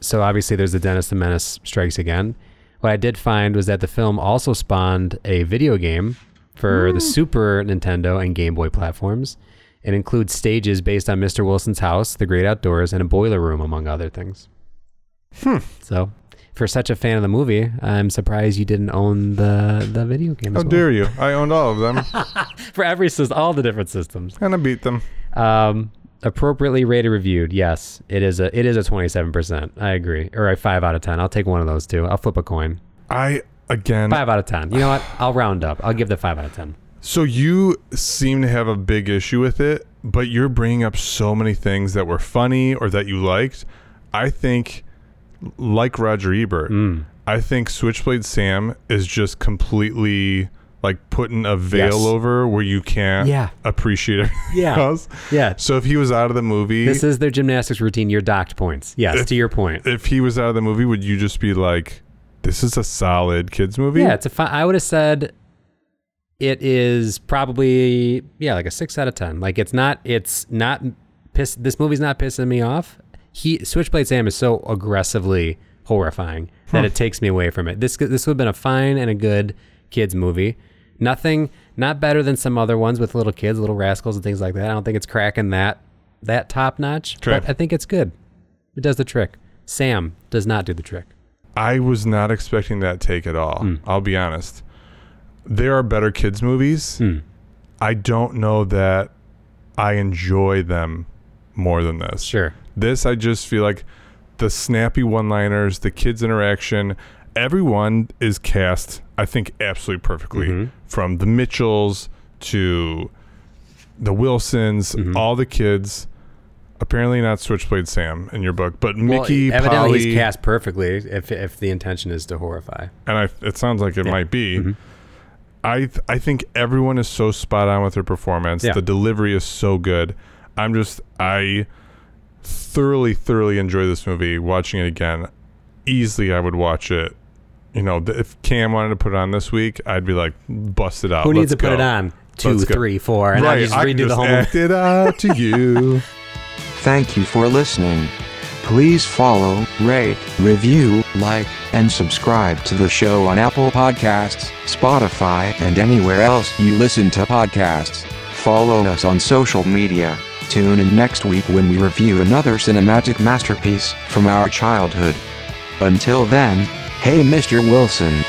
so obviously there's the Dennis the Menace strikes again. What I did find was that the film also spawned a video game for the Super Nintendo and Game Boy platforms. It includes stages based on Mr. Wilson's house, the great outdoors, and a boiler room, among other things. Hmm. So, for such a fan of the movie, I'm surprised you didn't own the the video game.
How
as well.
dare you? I owned all of them
For every system, all the different systems.
and I beat them.
Um, appropriately rated reviewed. Yes, it is a it is a twenty seven percent. I agree, or a five out of ten. I'll take one of those two. I'll flip a coin.
I again.
Five out of ten. You know what? I'll round up. I'll give the five out of ten.
So you seem to have a big issue with it, but you're bringing up so many things that were funny or that you liked. I think, like Roger Ebert,
Mm.
I think Switchblade Sam is just completely like putting a veil
Yes.
over where you can't
Yeah.
appreciate everything
Yeah.
else.
Yeah.
So if he was out of the movie,
This is their gymnastics routine. You're docked points. Yes, to your point.
if he was out of the movie, would you just be like, "This is a solid kids movie"?
Yeah, it's a fi- I would have said it is probably yeah, like a 6 out of 10. Like it's not it's not piss this movie's not pissing me off. He Switchblade Sam is so aggressively horrifying that it takes me away from it. This this would have been a fine and a good kids movie. Nothing not better than some other ones with little kids, little rascals and things like that. I don't think it's cracking that that top notch,
Sure.
but I think it's good. It does the trick. Sam does not do the trick.
I was not expecting that take at all.
Hmm.
I'll be honest. There are better kids movies.
Hmm.
I don't know that I enjoy them more than this.
Sure.
This I just feel like the snappy one-liners, the kids interaction, everyone is cast I think absolutely perfectly
Mm-hmm.
from the Mitchells to the Wilsons,
Mm-hmm.
all the kids. Apparently not Switchblade Sam in your book, but Mickey,
well, evidently
Polly,
he's cast perfectly if, if the intention is to horrify.
and I, it sounds like it might be.
Mm-hmm.
I th- I think everyone is so spot on with their performance.
Yeah.
The delivery is so good. I'm just I thoroughly thoroughly enjoy this movie. Watching it again, easily I would watch it. You know, th- if Cam wanted to put it on this week, I'd be like, bust it out.
Who needs
Oh, Let's
to put
go.
it on? Two,
Let's go.
three, four, and I just
I
redo
can
the
just
whole
act it out to you.
Thank you for listening. Please follow, rate, review, like, and subscribe to the show on Apple Podcasts, Spotify, and anywhere else you listen to podcasts. Follow us on social media. Tune in next week when we review another cinematic masterpiece from our childhood. Until then, hey Mr. Wilson.